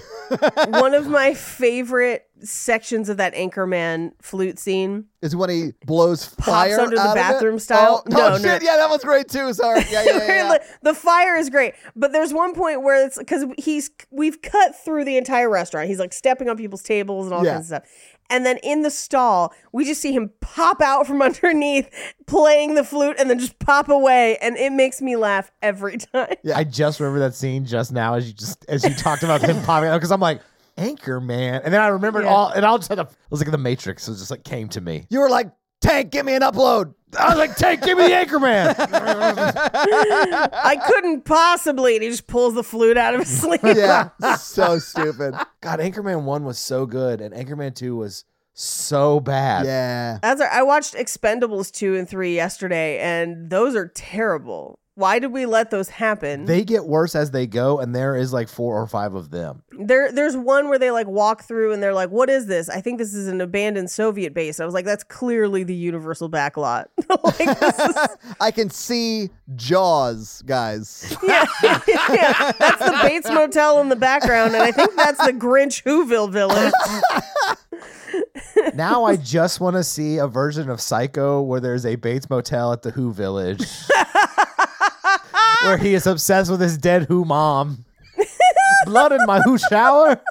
one of my favorite sections of that Anchorman flute scene. Is when he [laughs] blows fire under the out of it. bathroom style? Oh, no, No, no. shit. Yeah, that was great too. Sorry. Yeah, [laughs] yeah, yeah, yeah. the fire is great, but there's one point where it's because he's we've cut through the entire restaurant. He's like stepping on people's tables and all Yeah. kinds of stuff. And then in the stall, we just see him pop out from [laughs] underneath, playing the flute, and then just pop away. And it makes me laugh every [laughs] time. Yeah. I just remember that scene just now as you just as you talked about him popping out because I'm like anchor man, and then I remembered Yeah. all and all just had a, I was like the Matrix. It was just like came to me. You were like, Tank, give me an [laughs] upload. I was like, take, give me the anchor man. I couldn't possibly. And he just pulls the flute out [laughs] of his sleeve. Yeah. so stupid. [laughs] God, Anchorman one was so good, and Anchorman two was so bad. Yeah. That's right. I watched Expendables 2 and 3 yesterday, and those are terrible. Why did we let those happen? They get worse as they go, and there is like four or five of them. there, there's one where they like walk through and they're like, "What is this? I think this is an abandoned Soviet base." I was like, "That's clearly the Universal backlot." [laughs] like, this is, I can see Jaws, guys. yeah, yeah, that's the Bates Motel in the background, and I think that's the Grinch Whoville village. [laughs] Now I just want to see a version of Psycho where there's a Bates Motel at the [laughs] Who Village, where he is obsessed with his dead Who mom. Blood in my Who shower. [laughs]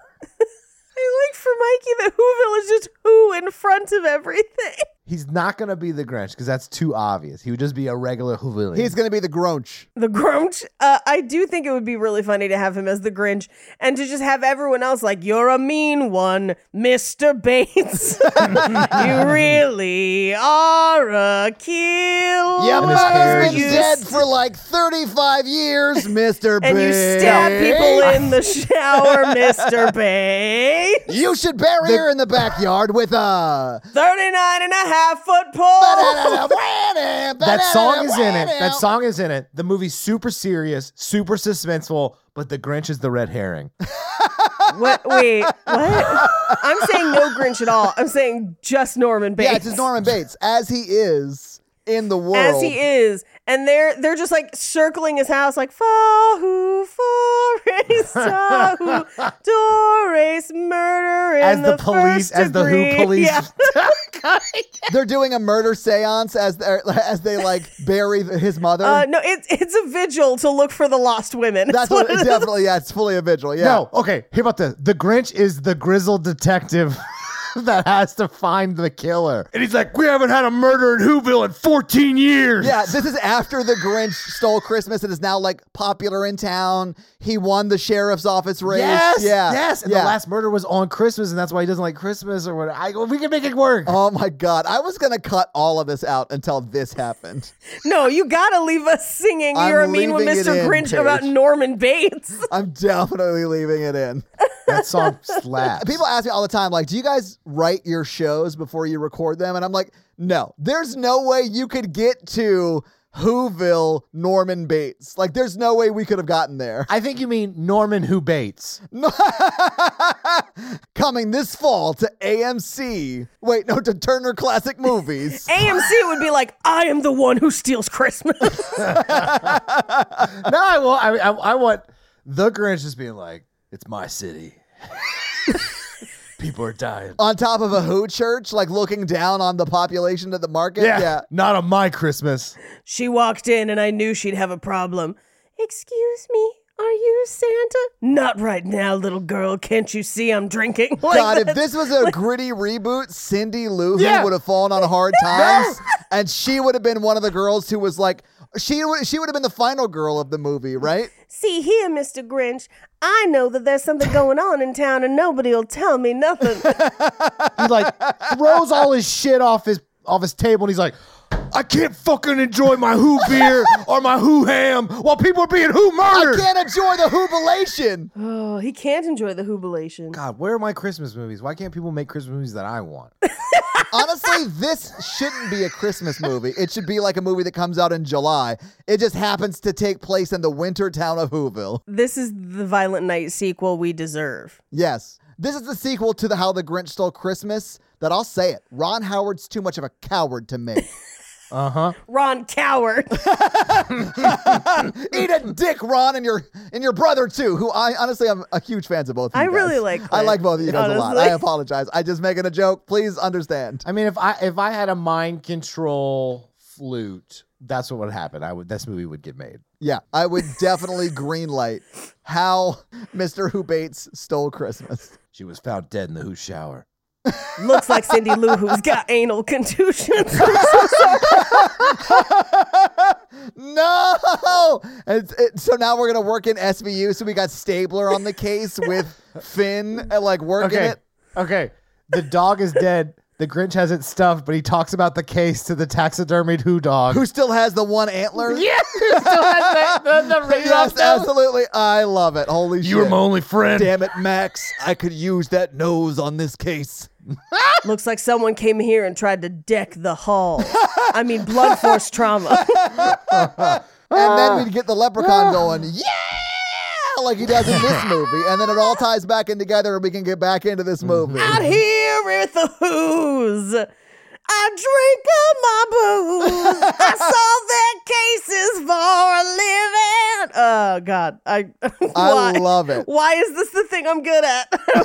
I like for Mikey, the Who village is who in front of everything. He's not gonna be the Grinch because that's too obvious. He would just be a regular Who Village. He's going to be the [laughs] Gronch. The Grinch. Uh, I do think it would be really funny to have him as the Grinch and to just have everyone else like, you're a mean one, Mr. Bates. [laughs] you really are a killer. Your And his hair mother's been is- dead for like 35 [laughs] years, Mr. And you stab people [laughs] in the shower, Mr. Bates. You should bury her in the backyard with a. 39 and a half foot pole. [laughs] that [laughs] that song is in it. That song is in it. The movie's super serious, super suspenseful, but the Grinch is the red herring. What, wait, what? I'm saying no Grinch at all. I'm saying just Norman Bates. Yeah, it's just Norman Bates as he is in the world. as he is, and they're they're just like circling his house, like fahu [laughs] fores tahu dores murder in As the, the, police, first as the Who degree." police. Yeah. They're doing a murder seance as they're, as they [laughs] like bury his mother. Uh, no, it's it's a vigil to look for the lost women. That's It's one [laughs] what of it the- definitely. Yeah, it's fully a vigil. Yeah. [laughs] No, okay. Hear about this. The Grinch is the grizzled detective [laughs] that has to find the killer, and he's like, "We haven't had a murder in Whoville in 14 years." Yeah, this is after the Grinch stole Christmas and is now like popular in town. He won the sheriff's office race. Yes. yeah, Yes. And yeah. the last murder was on Christmas, and that's why he doesn't like Christmas or whatever. I, we can make it [laughs] work. Oh my God! I was gonna cut all of this out until this happened. No, you gotta leave us singing. I'm You're a mean one, leaving it Mr. in, Grinch, about Paige. Norman [laughs] Bates. I'm definitely leaving it in. That song slaps. People ask me all the time, like, "Do you guys write your shows before you record them?" And I'm like, "No. There's no way you could get to Whoville Norman Bates. Like, there's no way we could have gotten there." I think you mean Norman Who Bates. Coming this fall to AMC. Wait, no, to Turner Classic [laughs] Movies. AMC would be like, I am the one who steals Christmas. no, I want. I, I, I want the Grinch just being like, It's my city. People are dying. on top of a who church, like looking down on the population of the market. Yeah, Not on my Christmas. She walked in and I knew she'd have a problem. Excuse me, are you Santa? Not right now, little girl. Can't you see I'm drinking? [laughs] Like God, if that. this was a gritty reboot, Cindy Lou Who Yeah. would have fallen on hard [laughs] times, and she would have been one of the girls who was like, she would she would have been the final girl of the movie, [laughs] right? See here, Mr. Grinch, I know that there's something going on in town and nobody'll tell me nothing. He like throws all his shit off his off his table and he's like, I can't fucking enjoy my who beer or my who ham while people are being who I murdered. can't enjoy the hoobalation. oh, he can't enjoy the jubilation. God, where are my Christmas movies? Why can't people make Christmas movies that I want? Honestly, this shouldn't be a Christmas movie. It should be like a movie that comes out in July. It just happens to take place in the winter town of Whoville. This is the Violent Night sequel we deserve. Yes. This is the sequel to the How the Grinch Stole Christmas that I'll say it. Ron Howard's too much of a coward to me. Uh huh. Ron Coward. [laughs] Eat a dick, Ron, and your and your brother too, who I honestly I'm a huge fans of both of you I guys. really like I Clint, like both of you guys a lot. honestly. [laughs] I apologize. I just making a joke. Please understand. I mean, if I if I had a mind control flute, that's what would happen. I would. This movie would get made. Yeah. I would [laughs] definitely green light how Mr. Who Bates stole Christmas. She was found dead in the who shower. Looks like Cindy Lou Who's got anal contusions. no. It's, it, so now we're gonna work in SVU. So we got Stabler on the case with Finn, uh, like working Okay. it. Okay. The dog is dead. The Grinch has it stuffed, but he talks about the case to the taxidermied who dog. Who still has the one antler? Yeah. the, Yes, absolutely. I love it. Holy shit. only friend. Damn it, Max. I could use that nose on this case. Looks like someone came here and tried to deck the hall. I mean, blood force trauma. And then we'd get the leprechaun going, yeah, like he does in this movie. And then it all ties back in together and we can get back into this movie. Out here with the who's. I drink of my booze. I [laughs] solve their cases for a living. Oh God, I. [laughs] why? love it. Why is this the thing I'm good at? [laughs] I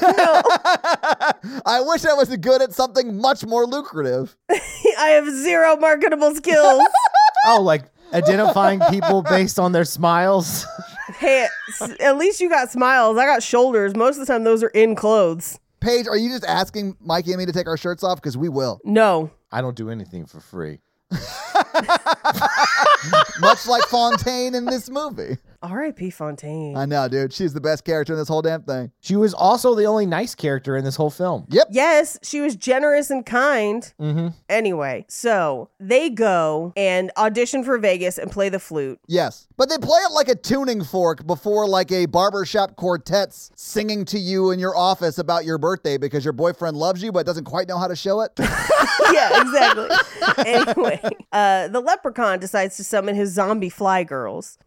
don't know. I wish I was good at something much more lucrative. I have zero [laughs] marketable skills. Oh, like identifying people based on their smiles. [laughs] hey, s- at least you got smiles. I got shoulders. Most of the time, those are in clothes. Paige, are you just asking Mikey and me to take our shirts off? Because we will. No, I don't do anything for free. Much like Fontaine in this movie. R.I.P. Fontaine. I know, dude. She's the best character in this whole damn thing. She was also the only nice character in this whole film. Yes, she was generous and kind. Mm-hmm. Anyway, so they go and audition for Vegas and play the flute. [laughs] Yes. But they play it like a tuning fork before like a barbershop quartet's singing to you in your office about your birthday because your boyfriend loves you but doesn't quite know how to show it. [laughs] yeah, exactly. anyway, uh, the leprechaun decides to summon his zombie fly girls.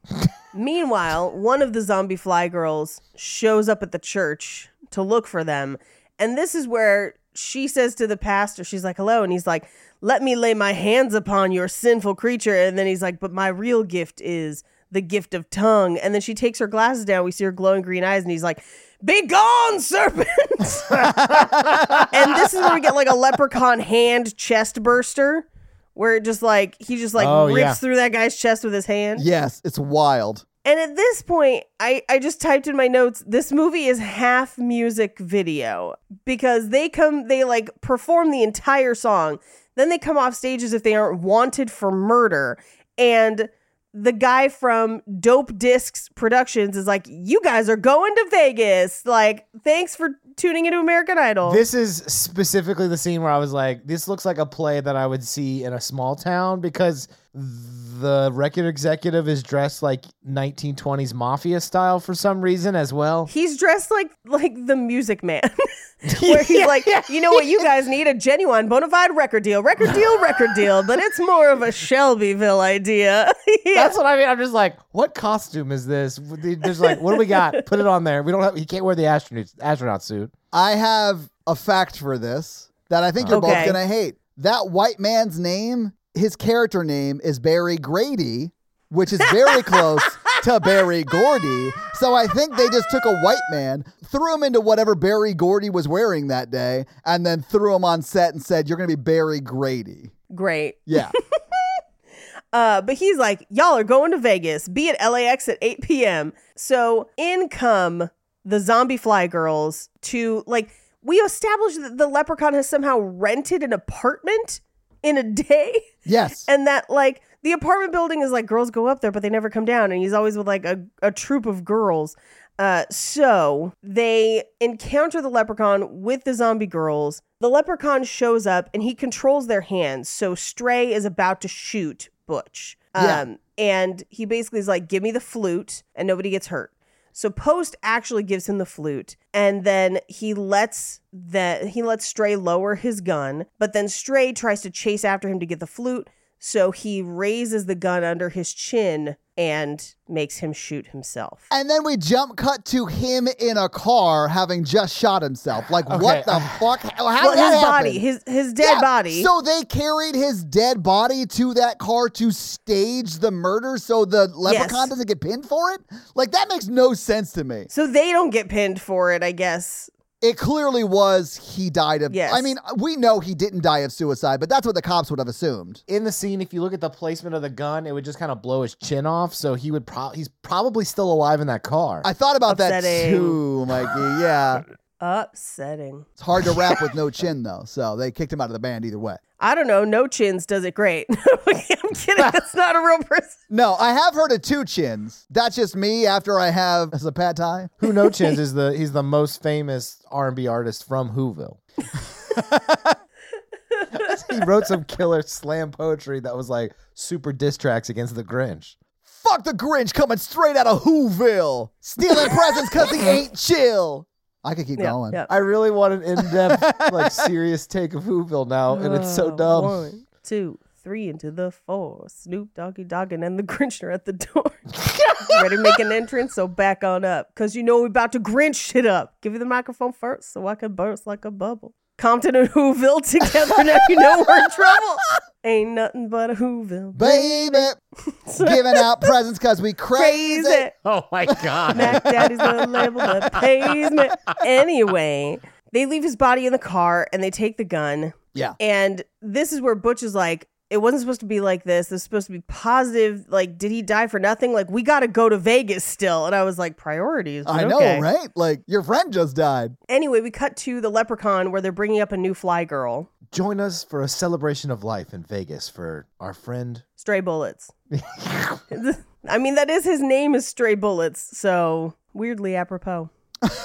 Meanwhile, one of the zombie fly girls shows up at the church to look for them. And this is where she says to the pastor, she's like, hello. And he's like, let me lay my hands upon your sinful creature. And then he's like, but my real gift is the gift of tongue. And then she takes her glasses down. We see her glowing green eyes. And he's like, be gone, serpent. [laughs] and this is where we get like a leprechaun hand chest burster. Where it just like he just like Oh, rips yeah. through that guy's chest with his hand. yes, it's wild. And at this point, I, I just typed in my notes this movie is half music video because they come, they like perform the entire song. Then they come off stage as if they aren't wanted for murder. And the guy from Dope Discs Productions is like, You guys are going to Vegas. Like, thanks for tuning into American Idol. This is specifically the scene where I was like, this looks like a play that I would see in a small town because the record executive is dressed like 1920s mafia style for some reason as well. He's dressed like like the Music Man, [laughs] where he's like, you know what, you guys need a genuine bona fide record deal, record deal, record deal, but it's more of a Shelbyville idea. [laughs] yeah. [laughs] That's what I mean. I'm just like, what costume is this? There's like, what do we got? Put it on there. We don't have, he can't wear the astronaut, astronaut suit. I have a fact for this that I think you're Okay. both going to hate. That white [laughs] man's name, his character name is Barry Grady, which is very close to Barry Gordy. So I think they just took a white man, threw him into whatever Barry Gordy was wearing that day, and then threw him on set and said, You're going to be Barry Grady. Great. Yeah. [laughs] Uh, but he's like, y'all are going to Vegas. Be at LAX at 8 p.m. So in come the zombie fly girls to like we established that the leprechaun has somehow rented an apartment in a day [laughs] Yes. and that like the apartment building is like girls go up there but they never come down and he's always with like a, a troop of girls uh, so they encounter the leprechaun with the zombie girls the leprechaun shows up and he controls their hands so stray is about to shoot butch um, Yeah. and he basically is like give me the flute and nobody gets hurt so Post actually gives him the flute, and then he lets the he lets Stray lower his gun, but then Stray tries to chase after him to get the flute, so he raises the gun under his chin and makes him shoot himself. And then we jump cut to him in a car having just shot himself. Like, what Okay. [sighs] the fuck? How well, did that his happen? body, his his dead Yeah, body. So they carried his dead body to that car to stage the murder so the leprechaun doesn't get pinned for it? Like, that makes no sense to me. so they don't get pinned for it, I guess. It clearly was he died of. Yes. I mean, we know he didn't die of suicide, but that's what the cops would have assumed. In the scene, if you look at the placement of the gun, it would just kind of blow his chin off. So he would probably he's probably still alive in that car. I thought about that Upsetting. too, Mikey. Yeah. Upsetting. It's hard to rap with no chin, though. So they kicked him out of the band either way. I don't know. No chins does it great. [laughs] I'm [laughs] kidding. That's not a real person. No, I have heard of two chins. That's just me after I have as a pad thai. Who No Chins is the he's the most famous R and B artist from Whoville. [laughs] he wrote some killer slam poetry that was like super diss tracks against the Grinch. Fuck the Grinch coming straight out of Whoville, [laughs] stealing presents because he ain't chill. I could keep Yeah, going. yeah. I really want an in-depth, like serious take of Whoville now, and it's so [laughs] Uh, dumb. One, two, three, into the four. Snoop Doggy Doggin and the [laughs] Grinch are at the door. Ready to make an entrance, so back on up. Cause you know we about to Grinch shit up. Give you the microphone first so I can burst like a bubble. Compton and Whoville [laughs] together now you know we're in trouble. Ain't nothing but a Whoville. Baby, [laughs] giving out presents because we crazy. Crazy. Oh my [laughs] god! Mac Daddy's the [laughs] label that pays me. Anyway, they leave his body in the car and they take the gun. Yeah. And this is where Butch is like, it wasn't supposed to be like this. This is supposed to be positive. Like, did he die for nothing? Like, we got to go to Vegas still. And I was like, priorities. but I know, okay. right? Like your friend just died. Anyway, we cut to the leprechaun where they're bringing up a new fly girl, Join us for a celebration of life in Vegas for our friend. Stray Bullets. [laughs] [laughs] I mean, that is his name is Stray Bullets, so weirdly apropos.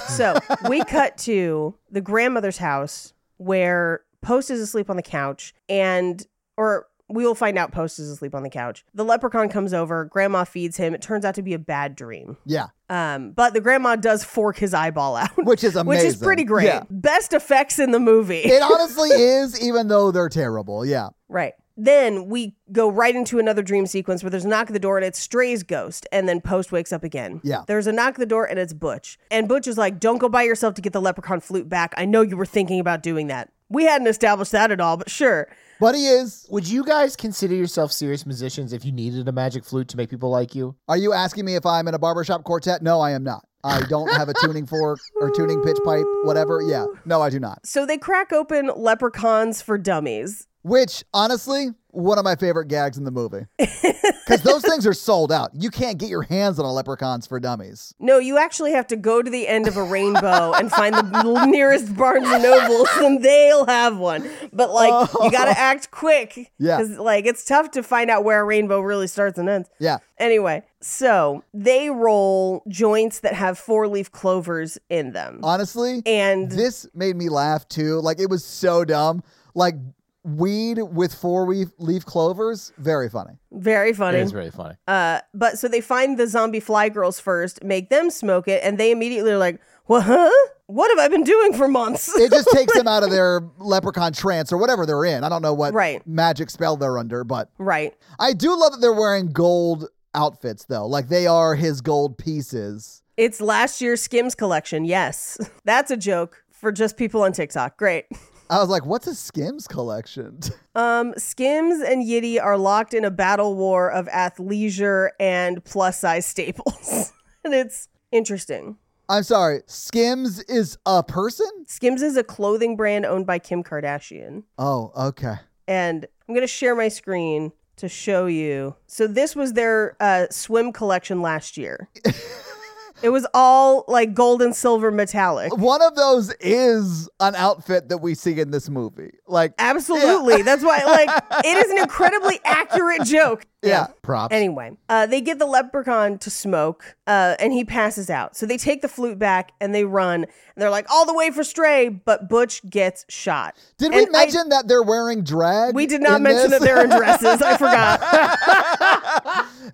so [laughs] we cut to the grandmother's house where Post is asleep on the couch, and or we will find out Post is asleep on the couch. The leprechaun comes over, grandma feeds him. It turns out to be a bad dream. Yeah, Um, but the grandma does fork his eyeball out, [laughs] which is amazing. which is pretty great. Yeah. Best effects in the movie. It [laughs] honestly is, even though they're terrible. Yeah. Right. Then we go right into another dream sequence where there's a knock at the door and it's Stray's ghost. And then Post wakes up again. Yeah. There's a knock at the door and it's Butch. And Butch is like, don't go by yourself to get the leprechaun flute back. I know you were thinking about doing that. We hadn't established that at all, but sure. But he is. Would you guys consider yourself serious musicians if you needed a magic flute to make people like you? Are you asking me if I'm in a barbershop quartet? No, I am not. I don't have a tuning fork or tuning pitch pipe, whatever. Yeah. No, I do not. So they crack open leprechauns for dummies. Which, honestly, one of my favorite gags in the [laughs] movie. Because those things are sold out. You can't get your hands on a leprechauns for dummies. No, you actually have to go to the end of a [laughs] rainbow and find the nearest Barnes and Nobles, and they'll have one. But like, you got to act quick. Oh. Yeah. 'cause, like, it's tough to find out where a rainbow really starts and ends. Yeah. Anyway, so they roll joints that have four leaf clovers in them. Honestly, and this made me laugh too. Like, it was so dumb. Like, weed with four leaf, leaf clovers, very funny. very funny. It is really funny. Uh, but so they find the zombie fly girls first, make them smoke it, and they immediately are like, "What? Huh? What have I been doing for months?" [laughs] [laughs] It just takes them out of their leprechaun trance or whatever they're in. I don't know what Right. magic spell they're under, but right. I do love that they're wearing gold outfits though. Like they are his gold pieces. [laughs] It's last year's Skims collection. Yes. That's a joke for just people on TikTok. Great. I was like, what's a Skims collection? [laughs] Um, Skims and Yiddy are locked in a battle war of athleisure and plus size staples. [laughs] and it's interesting. I'm sorry, Skims is a person? Skims is a clothing brand owned by Kim Kardashian. Oh, okay. And I'm going to share my screen to show you. So, this was their uh, swim collection [laughs] last year. it was all like gold and silver metallic. One of those is an outfit that we see in this movie. Like, Absolutely. That's why, [laughs] like, it is an incredibly accurate joke. yeah. Props. Anyway, uh, they get the leprechaun to smoke, uh, and he passes out. So they take the flute back and they run, and they're like all the way for Stray, but Butch gets shot. Did And we I- mention that they're wearing drag? we did not in mention this? that they're in dresses. I [laughs] forgot.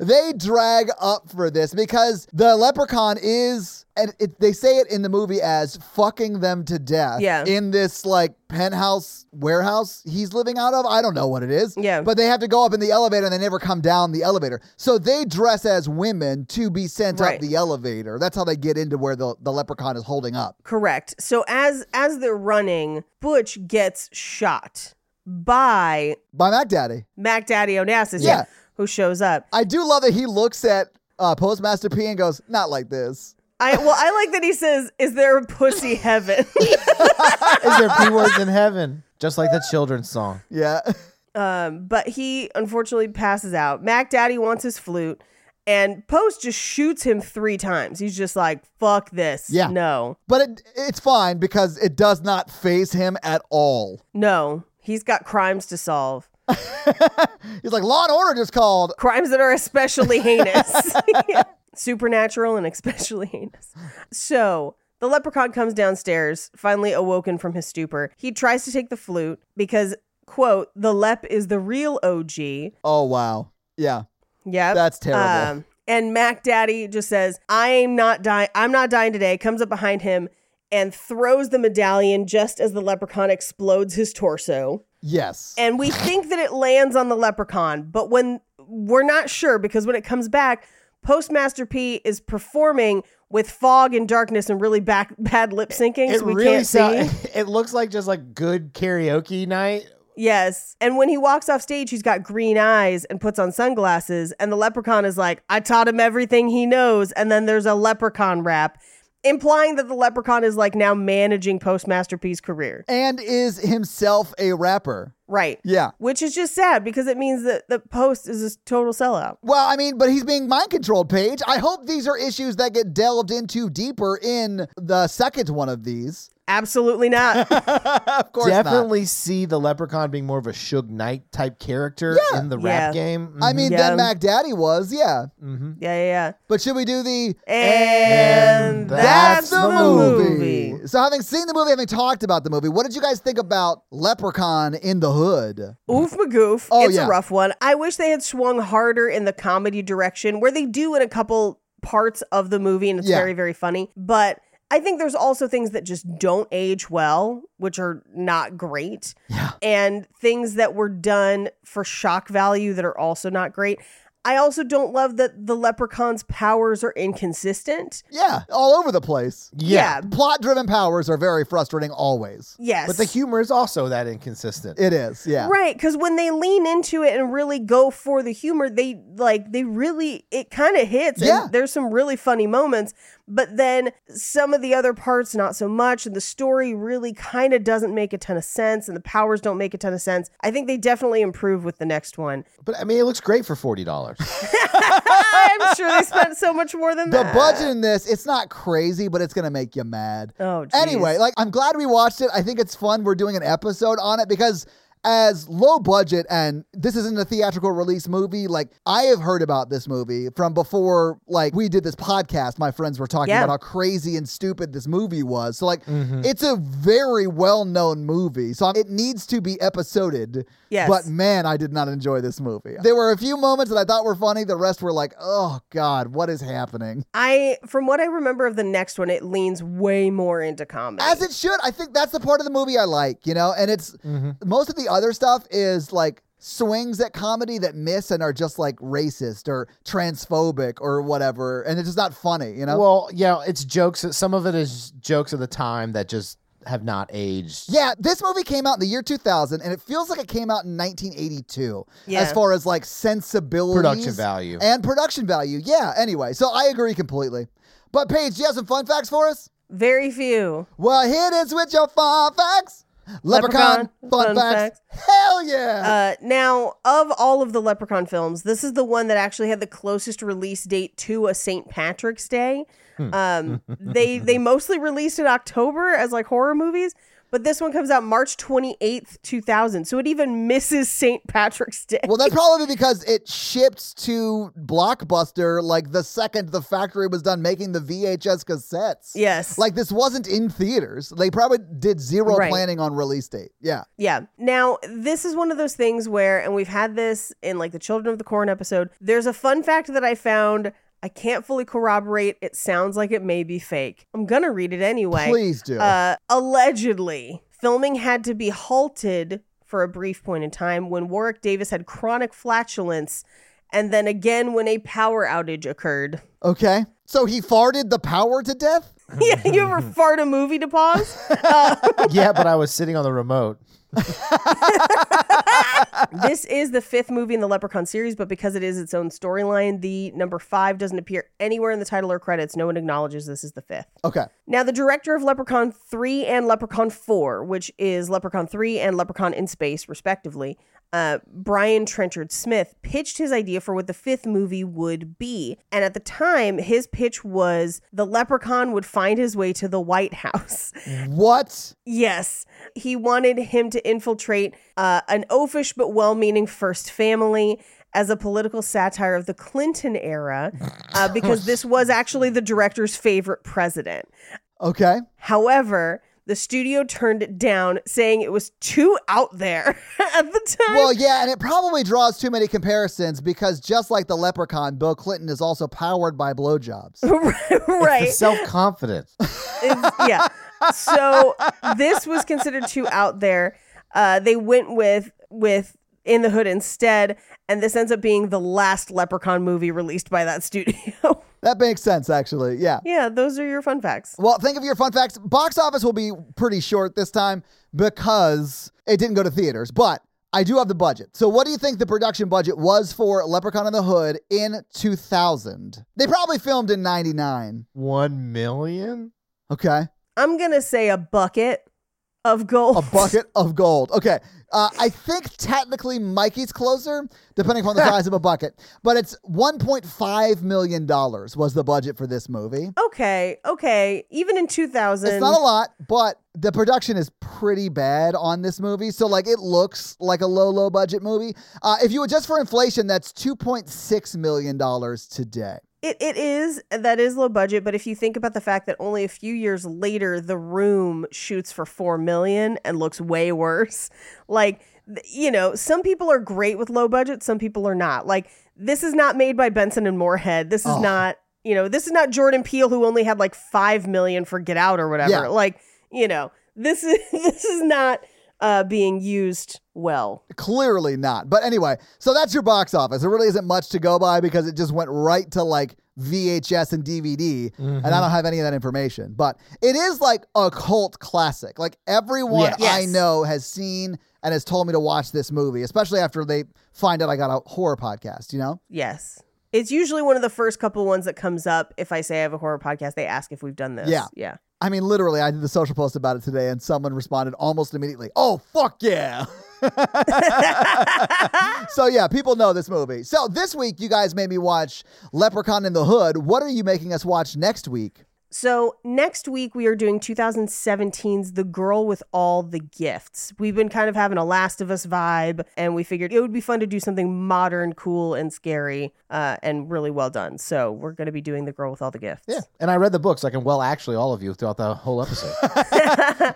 they drag up for this because the leprechaun is and it, they say it in the movie as fucking them to death Yeah. in this like penthouse warehouse he's living out of i don't know what it is Yeah. but they have to go up in the elevator and they never come down the elevator so they dress as women to be sent Right. up the elevator that's how they get into where the, the leprechaun is holding up Correct. So as as they're running, Butch gets shot by by mac daddy Mac Daddy Onassis, Yeah. who shows up. i do love that he looks at uh, postmaster p and goes not like this I well, I like that he says, "Is there [laughs] a pussy heaven?" [laughs] Is [laughs] there P words in heaven? Just like the children's song. yeah [laughs] Um, but he unfortunately passes out. Mac Daddy wants his flute, and Post just shoots him three times. He's just like, "Fuck this! Yeah. No, But it, it's fine because it does not phase him at all. no." He's got crimes to solve, He's like, Law and Order just called. crimes that are especially [laughs] heinous, [laughs] supernatural and especially heinous. So. The leprechaun comes downstairs, finally awoken from his stupor. He tries to take the flute because, quote, the lep is the real OG. Oh, wow. Yeah. Yeah, That's terrible. Um, and Mac Daddy just says, "I am not dying. I'm not dying today." Comes up behind him and throws the medallion just as the leprechaun explodes his torso. Yes. And we think that it lands on the leprechaun, but when we're not sure because when it comes back, Postmaster P is performing with fog and darkness and really back, [laughs] bad lip syncing, It so we really can't sounds. see. [laughs] It looks like just like good karaoke night. Yes. And when he walks off stage, he's got green eyes and puts on sunglasses. And the leprechaun is like, I taught him everything he knows. And then there's a leprechaun rap, implying that the leprechaun is like now managing Postmaster P's career. and is himself a rapper. Right. Yeah. Which is just sad because it means that the post is a total sellout. Well, I mean, but he's being mind controlled, Paige. I hope these are issues that get delved into deeper in the second one of these. Absolutely not. of course not. Definitely see the leprechaun being more of a Suge Knight type character in the Yeah. rap game. Mm. I mean, Mm-hmm. Yeah. then Mac Daddy was, yeah. mm-hmm. yeah, yeah, But should we do the yeah. And, And that's, that's the, the movie. So, having seen the movie, having talked about the movie, what did you guys think about Leprechaun in the Hood? Oof Magoof. Oh, it's yeah. a rough one. I wish they had swung harder in the comedy direction, where they do in a couple parts of the movie, and it's Yeah. very, very funny. But I think there's also things that just don't age well, which are not great, Yeah. and things that were done for shock value that are also not great. I also don't love that the leprechaun's powers are inconsistent. Yeah, all over the place. Yeah. Plot driven powers are very frustrating always. Yes. But the humor is also that inconsistent. It is, yeah. Right, because when they lean into it and really go for the humor, they like they really it kind of hits. and Yeah. there's some really funny moments, but then some of the other parts not so much, and the story really kind of doesn't make a ton of sense, and the powers don't make a ton of sense. I think they definitely improve with the next one. But I mean, it looks great for forty [laughs] dollars. I'm sure they spent so much more than The that. budget in this, it's not crazy, but it's going to make you mad. Oh, geez. Anyway, like, I'm glad we watched it. I think it's fun. We're doing an episode on it because. As low budget, and this isn't a theatrical release movie. Like, I have heard about this movie from before, like, we did this podcast. My friends were talking Yeah. about how crazy and stupid this movie was. So, like, it's a very well known movie. So, it needs to be episoded. Yes. But man, I did not enjoy this movie. There were a few moments that I thought were funny. The rest were like, oh God, what is happening? I from what I remember of the next one, it leans way more into comedy. As it should. I think that's the part of the movie I like, you know? And it's Mm-hmm. most of the other stuff is like swings at comedy that miss and are just like racist or transphobic or whatever. And it's just not funny, you know? Well, yeah, it's jokes. Some of it is jokes of the time that just have not aged. Yeah, this movie came out in the year 2000, and it feels like it came out in 1982 Yeah. as far as like sensibility, Production value. and production value. Yeah, anyway, so I agree completely. But Paige, do you have some fun facts for us? Very few. Well, hit us with your fun facts. Leprechaun, Leprechaun, fun, fun facts. Hell yeah. Uh, now, of all of the Leprechaun films, this is the one that actually had the closest release date to a St. Patrick's Day. Hmm. [laughs] Um, they they mostly released in October as like horror movies, but this one comes out March twenty eighth, two thousand. So it even misses St. Patrick's Day. well, that's probably because it shipped to Blockbuster like the second the factory was done making the VHS cassettes. yes, Like this wasn't in theaters. They probably did zero Right. planning on release date. Yeah. Yeah. Now, this is one of those things where, and we've had this in like the Children of the Corn episode, there's a fun fact that I found. I can't fully corroborate. It sounds like it may be fake. I'm going to read it anyway. Please do. Uh, allegedly, filming had to be halted for a brief point in time when Warwick Davis had chronic flatulence, and then again when a power outage occurred. [laughs] Okay. So he farted the power to death? yeah, you ever fart a movie to pause? Uh, [laughs] yeah, but I was sitting on the remote. this is the fifth movie in the Leprechaun series, but because it is its own storyline, the number five doesn't appear anywhere in the title or credits. No one acknowledges this is the fifth. Okay. Now, the director of Leprechaun 3 and Leprechaun 4, which is Leprechaun 3 and Leprechaun in Space, respectively, uh, Brian Trenchard Smith pitched his idea for what the fifth movie would be. And at the time, his pitch was the leprechaun would find his way to the White House. [laughs] What? Yes, he wanted him to infiltrate uh, an oafish but well-meaning first family as a political satire of the Clinton era, uh, because this was actually the director's favorite president. Okay. However, the studio turned it down, saying it was too out there [laughs] at the time. Well, yeah, and it probably draws too many comparisons because just like the leprechaun, Bill Clinton is also powered by blowjobs. [laughs] [laughs] right? Self confident. [laughs] It's- yeah. So this was considered too out there. Uh, they went with with In the Hood instead, and this ends up being the last Leprechaun movie released by that studio. [laughs] that makes sense, actually. Yeah. yeah, those are your fun facts. Well, think of your fun facts. Box office will be pretty short this time because it didn't go to theaters, but I do have the budget. So, what do you think the production budget was for Leprechaun in the Hood in 2000? They probably filmed in 99. One million? Okay. I'm gonna say a bucket of gold. [laughs] A bucket of gold. Okay. Uh, I think technically Mikey's closer, depending upon the size of a bucket, but it's $1.5 million was the budget for this movie. Okay, okay. Even in 2000, It's not a lot, but the production is pretty bad on this movie. So, like, it looks like a low, low budget movie. Uh, if you adjust for inflation, that's $2.6 million today. It, it is that is low budget, but if you think about the fact that only a few years later, The Room shoots for four million and looks way worse. Like th- you know, some people are great with low budget, some people are not. Like this is not made by Benson and Moorhead. This is Oh. not you know this is not Jordan Peele who only had like five million for Get Out or whatever. Yeah. Like you know this is [laughs] this is not uh, being used well. Clearly not. But anyway, so that's your box office. There really isn't much to go by because it just went right to like VHS and DVD, and I don't have any of that information. But it is like a cult classic. Like everyone Yes. I Yes. know has seen and has told me to watch this movie, especially after they find out I got a horror podcast, you know? Yes. It's usually one of the first couple ones that comes up. If I say I have a horror podcast, they ask if we've done this. Yeah. Yeah. I mean, literally, I did the social post about it today, and someone responded almost immediately, "Oh fuck yeah!" [laughs] so yeah, people know this movie. So this week, you guys made me watch Leprechaun in the Hood. What are you making us watch next week? So next week we are doing 2017's The Girl with All the Gifts. We've been kind of having a Last of Us vibe, and we figured it would be fun to do something modern, cool, and scary, uh, and really well done. So we're going to be doing The Girl with All the Gifts. Yeah. And I read the books. I can well actually all of you throughout the whole episode.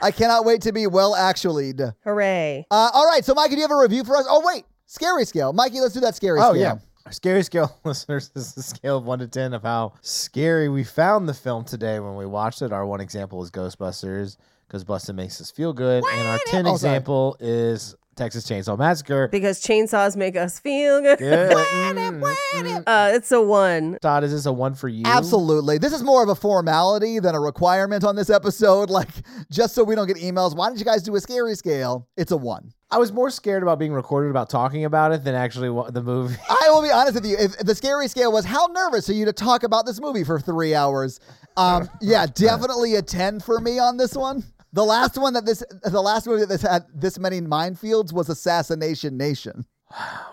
I cannot wait to be well actuallyed. Uh, Hooray! all right, so Mikey, do you have a review for us? Oh wait, scary scale, Mikey. Let's do that scary [laughs] oh scale. yeah. Our Scary scale [laughs] listeners this is the scale of one to ten of how scary we found the film today when we watched it. Our one example is Ghostbusters. Ghostbusters makes us feel good, and our ten Oh, sorry. example is Texas Chainsaw Massacre. because chainsaws make us feel good. [laughs] [laughs] Yeah. Mm, mm. Uh, it's a one. Todd, is this a one for you? Absolutely. This is more of a formality than a requirement on this episode. [laughs] Like, just so we don't get emails, why didn't you guys do a scary scale? It's a one. I was more scared about being recorded about talking about it than actually what the movie. [laughs] I will be honest with you. If the scary scale was how nervous are you to talk about this movie for three hours? Um, yeah, definitely a ten for me on this one. The last one that this, the last movie that this had this many minefields was Assassination Nation.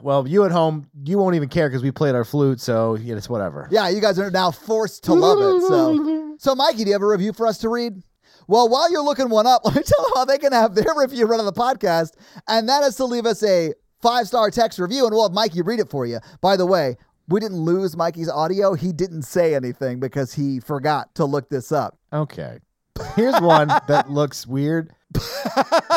Well, you at home, you won't even care because we played our flute, so yeah, it's whatever. Yeah, you guys are now forced to love it. So, so Mikey, do you have a review for us to read? Well, while you're looking one up, [laughs] let me tell them how they can have their review run on the podcast, and that is to leave us a five star text review, and we'll have Mikey read it for you. By the way, we didn't lose Mikey's audio. He didn't say anything because he forgot to look this up. Okay. Here's one that looks weird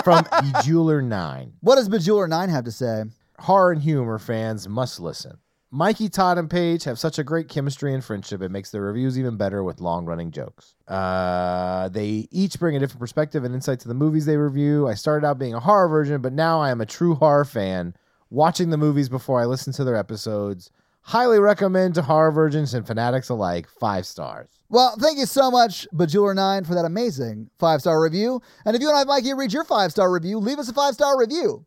from Jeweler 9. What does Bajeweler Nine have to say? horror and humor fans must listen. Mikey, Todd, and Paige have such a great chemistry and friendship. It makes their reviews even better with long running jokes. Uh, they each bring a different perspective and insight to the movies they review. I started out being a horror virgin, but now I am a true horror fan, watching the movies before I listen to their episodes. Highly recommend to horror virgins and fanatics alike. Five stars. Well, thank you so much, Bajeweler9, for that amazing five star review. And if you and I, Mikey, read your five star review, leave us a five star review.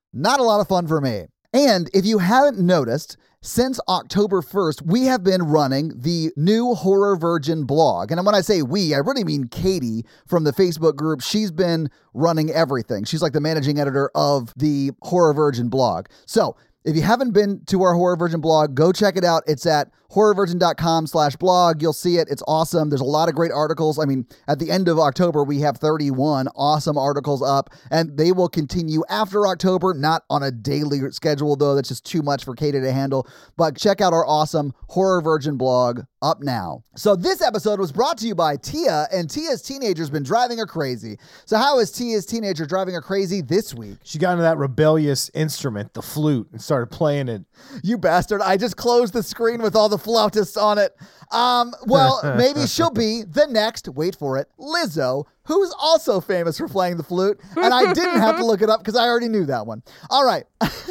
not a lot of fun for me. And if you haven't noticed, since October 1st, we have been running the new Horror Virgin blog. And when I say we, I really mean Katie from the Facebook group. She's been running everything. She's like the managing editor of the Horror Virgin blog. So if you haven't been to our Horror Virgin blog, go check it out. It's at horrorvirgin.com slash blog. You'll see it. It's awesome. There's a lot of great articles. I mean, at the end of October, we have 31 awesome articles up, and they will continue after October, not on a daily schedule, though. That's just too much for Katie to handle. But check out our awesome Horror Virgin blog up now. So this episode was brought to you by Tia, and Tia's teenager's been driving her crazy. So how is Tia's teenager driving her crazy this week? She got into that rebellious instrument, the flute, and started playing it. You bastard. I just closed the screen with all the flautists on it. Um, well, maybe she'll be the next, wait for it, Lizzo, who's also famous for playing the flute. And I didn't have to look it up because I already knew that one. All right.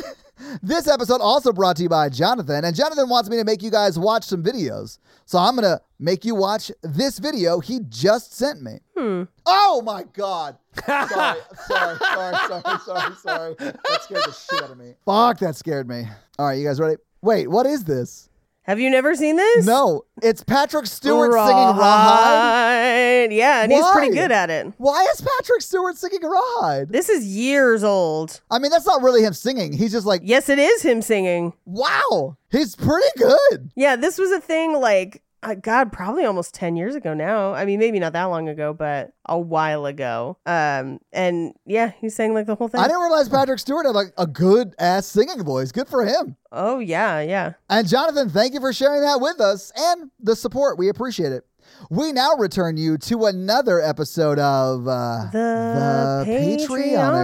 [laughs] this episode also brought to you by Jonathan. And Jonathan wants me to make you guys watch some videos. So I'm going to make you watch this video he just sent me. Oh my God. Sorry, sorry, sorry, sorry, sorry, sorry. That scared the shit out of me. Fuck, that scared me. All right, you guys ready? Wait, what is this? Have you never seen this? No, it's Patrick Stewart singing Rawhide. Rawhide. Yeah, and he's pretty Why? good at it. Why is Patrick Stewart singing Rawhide? This is years old. I mean, that's not really him singing. He's just like, Yes, it is him singing. wow, he's pretty good. Yeah, this was a thing like, uh, God, probably almost 10 years ago now. I mean, maybe not that long ago, but a while ago. Um, And yeah, he sang like the whole thing. I didn't realize Patrick Stewart had like a good ass singing voice. Good for him. oh, yeah, yeah. And Jonathan, thank you for sharing that with us and the support. We appreciate it. We now return you to another episode of uh, The,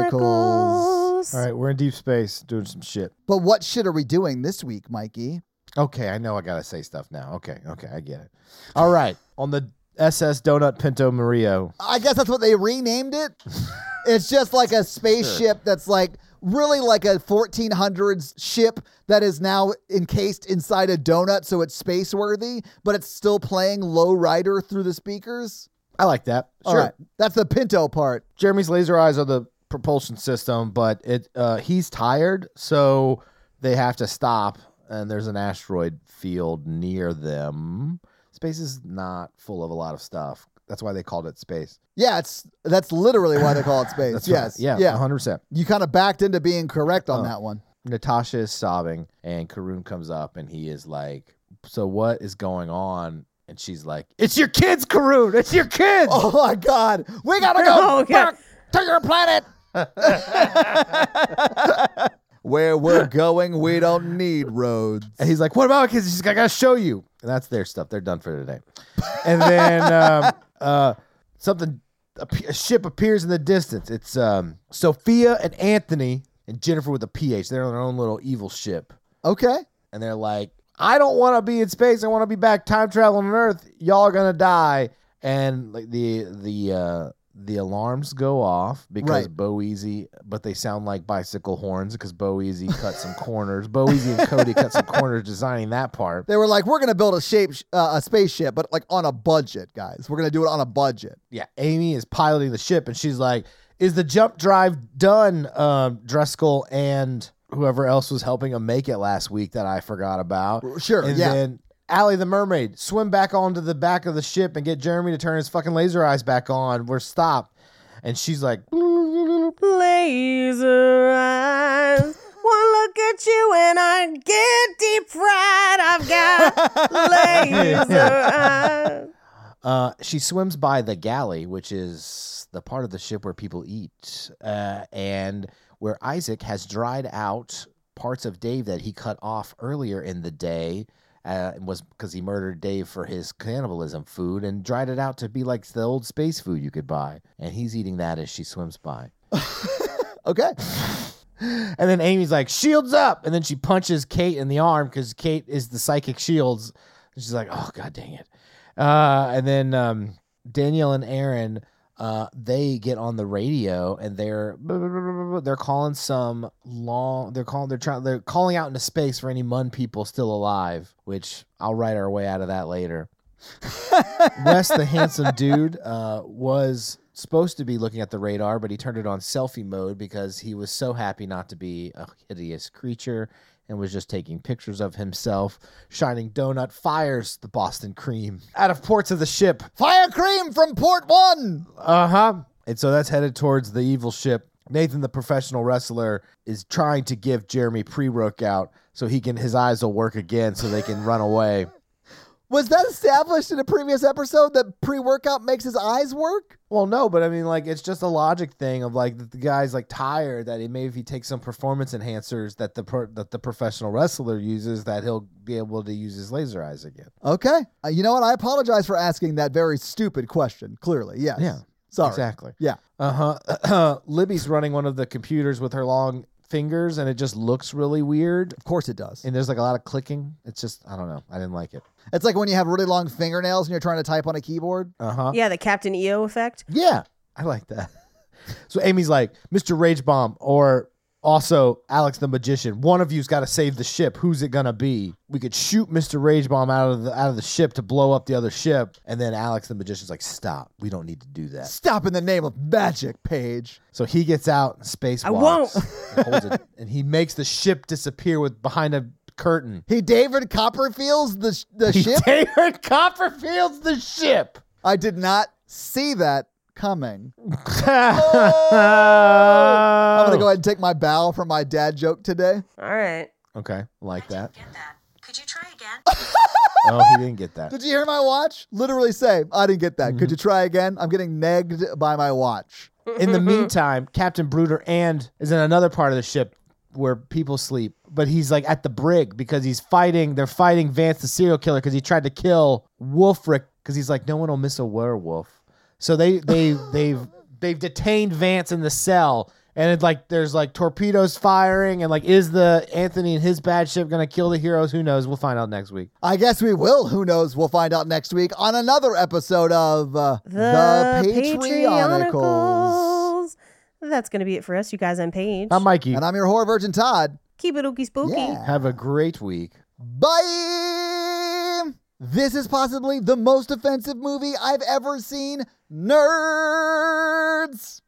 Patreonicals. Patreonicals. All right, we're in deep space doing some shit. But what shit are we doing this week, Mikey? Okay, I know I gotta say stuff now. Okay, okay, I get it. All right, on the SS Donut Pinto Murillo. I guess that's what they renamed it. it's just like a spaceship that's like really like a 1400s ship that is now encased inside a donut, so it's space worthy, but it's still playing low rider through the speakers. I like that. Sure. All right, that's the Pinto part. Jeremy's laser eyes are the propulsion system, but it uh, he's tired, so they have to stop. And there's an asteroid field near them. Space is not full of a lot of stuff. That's why they called it space. Yeah, it's that's literally why they call [laughs] it space. That's yes, right. yeah. yeah, 100%. You kind of backed into being correct on Oh. that one. [laughs] Natasha is sobbing, and Karun comes up and he is like, So what is going on? And she's like, It's your kids, Karun! It's your kids! Oh my God, we gotta Oh, go okay. back to your planet. Where we're going, we don't need roads. And he's like, "What about my kids?" She's like, "I gotta show you." And that's their stuff. They're done for today. And then um, uh, something, a, p- a ship appears in the distance. It's um, Sophia and Anthony and Jennifer with a PH. They're on their own little evil ship, Okay. and they're like, "I don't want to be in space. I want to be back time traveling on Earth. Y'all are gonna die." And like the the uh, the alarms go off because Right. Bo Easy, but they sound like bicycle horns because Bo Easy cut some corners. Bo Easy and Cody cut some corners designing that part. They were like, we're gonna build a shape uh, a spaceship, but like on a budget, guys. We're gonna do it on a budget. yeah, Amy is piloting the ship, and she's like, "Is the jump drive done, um, Dreskel and whoever else was helping him make it last week that I forgot about?" Sure, And yeah. then Allie the mermaid swim back onto the back of the ship and get Jeremy to turn his fucking laser eyes back on. We're stopped, and [laughs] she's like, [laughs] Laser [laughs] eyes. One look at you and I get deep [laughs] fried. I've got laser eyes. Uh, she swims by the galley, which is the part of the ship where people eat, uh, and where Isaac has dried out parts of Dave that he cut off earlier in the day. Uh, and was because he murdered Dave for his cannibalism food and dried it out to be like the old space food you could buy. And he's eating that as she swims by. Okay. And then Amy's like, "Shields up!" And then she punches Kate in the arm because Kate is the psychic shields. And she's like, "Oh god, dang it!" Uh, and then um, Danielle and Aaron, uh, they get on the radio and they're they're calling some long. They're calling. They're trying. They're calling out into space for any Mun people still alive. Which I'll write our way out of that later. Wes, the handsome dude, uh, was supposed to be looking at the radar, but he turned it on selfie mode because he was so happy not to be a hideous creature and was just taking pictures of himself. Shining Donut fires the Boston Cream out of ports of the ship. Fire cream from port one. Uh huh. And so that's headed towards the evil ship. Nathan, the professional wrestler, is trying to give Jeremy pre-workout so he can his eyes will work again, so they can run away. Was that established in a previous episode that pre-workout makes his eyes work? Well, no, but I mean, like, it's just a logic thing of like that the guy's like tired that it maybe if he takes some performance enhancers that the pro- that the professional wrestler uses, that he'll be able to use his laser eyes again. Okay. Uh, you know what? I apologize for asking that very stupid question. Clearly, yes. Yeah, Sorry. Exactly. Yeah. Uh huh. [clears throat] Libby's running one of the computers with her long fingers, and it just looks really weird. Of course it does. And there's like a lot of clicking. It's just I don't know. I didn't like it. It's like when you have really long fingernails and you're trying to type on a keyboard. Uh huh. Yeah, the Captain EO effect. Yeah, I like that. [laughs] so Amy's like, Mr. Rage Bomb, or also Alex the Magician. One of you's got to save the ship. Who's it gonna be? We could shoot Mr. Rage Bomb out of the out of the ship to blow up the other ship, and then Alex the Magician's like, stop. We don't need to do that. Stop in the name of magic, Paige. So he gets out, space I walks, and, holds it, and he makes the ship disappear with behind a curtain. He David Copperfields the sh- [laughs] the ship. David Copperfield's the [laughs] ship. [laughs] I did not see that coming. Oh, I'm gonna go ahead and take my bow for my dad joke today. All right. Okay, like that. Get that. Could you try again? [laughs] Oh, he didn't get that. Did you hear my watch? Literally say, I didn't get that. Could you try again? I'm getting negged by my watch. In the meantime, Captain Bruder and is in another part of the ship where people sleep, but he's like at the brig because he's fighting. They're fighting Vance the serial killer because he tried to kill Wolfric because he's like, no one will miss a werewolf. So [laughs] they they they've they've detained Vance in the cell. And it's like there's like torpedoes firing, and like is the Anthony and his bad ship gonna kill the heroes? Who knows? We'll find out next week. I guess we will. Who knows? We'll find out next week on another episode of uh, Patreonicals. Patreonicals. That's going to be it for us, you guys. I'm Paige. I'm Mikey. And I'm your horror virgin, Todd. Keep it ookie spooky. Yeah. Have a great week. Bye. This is possibly the most offensive movie I've ever seen. Nerds.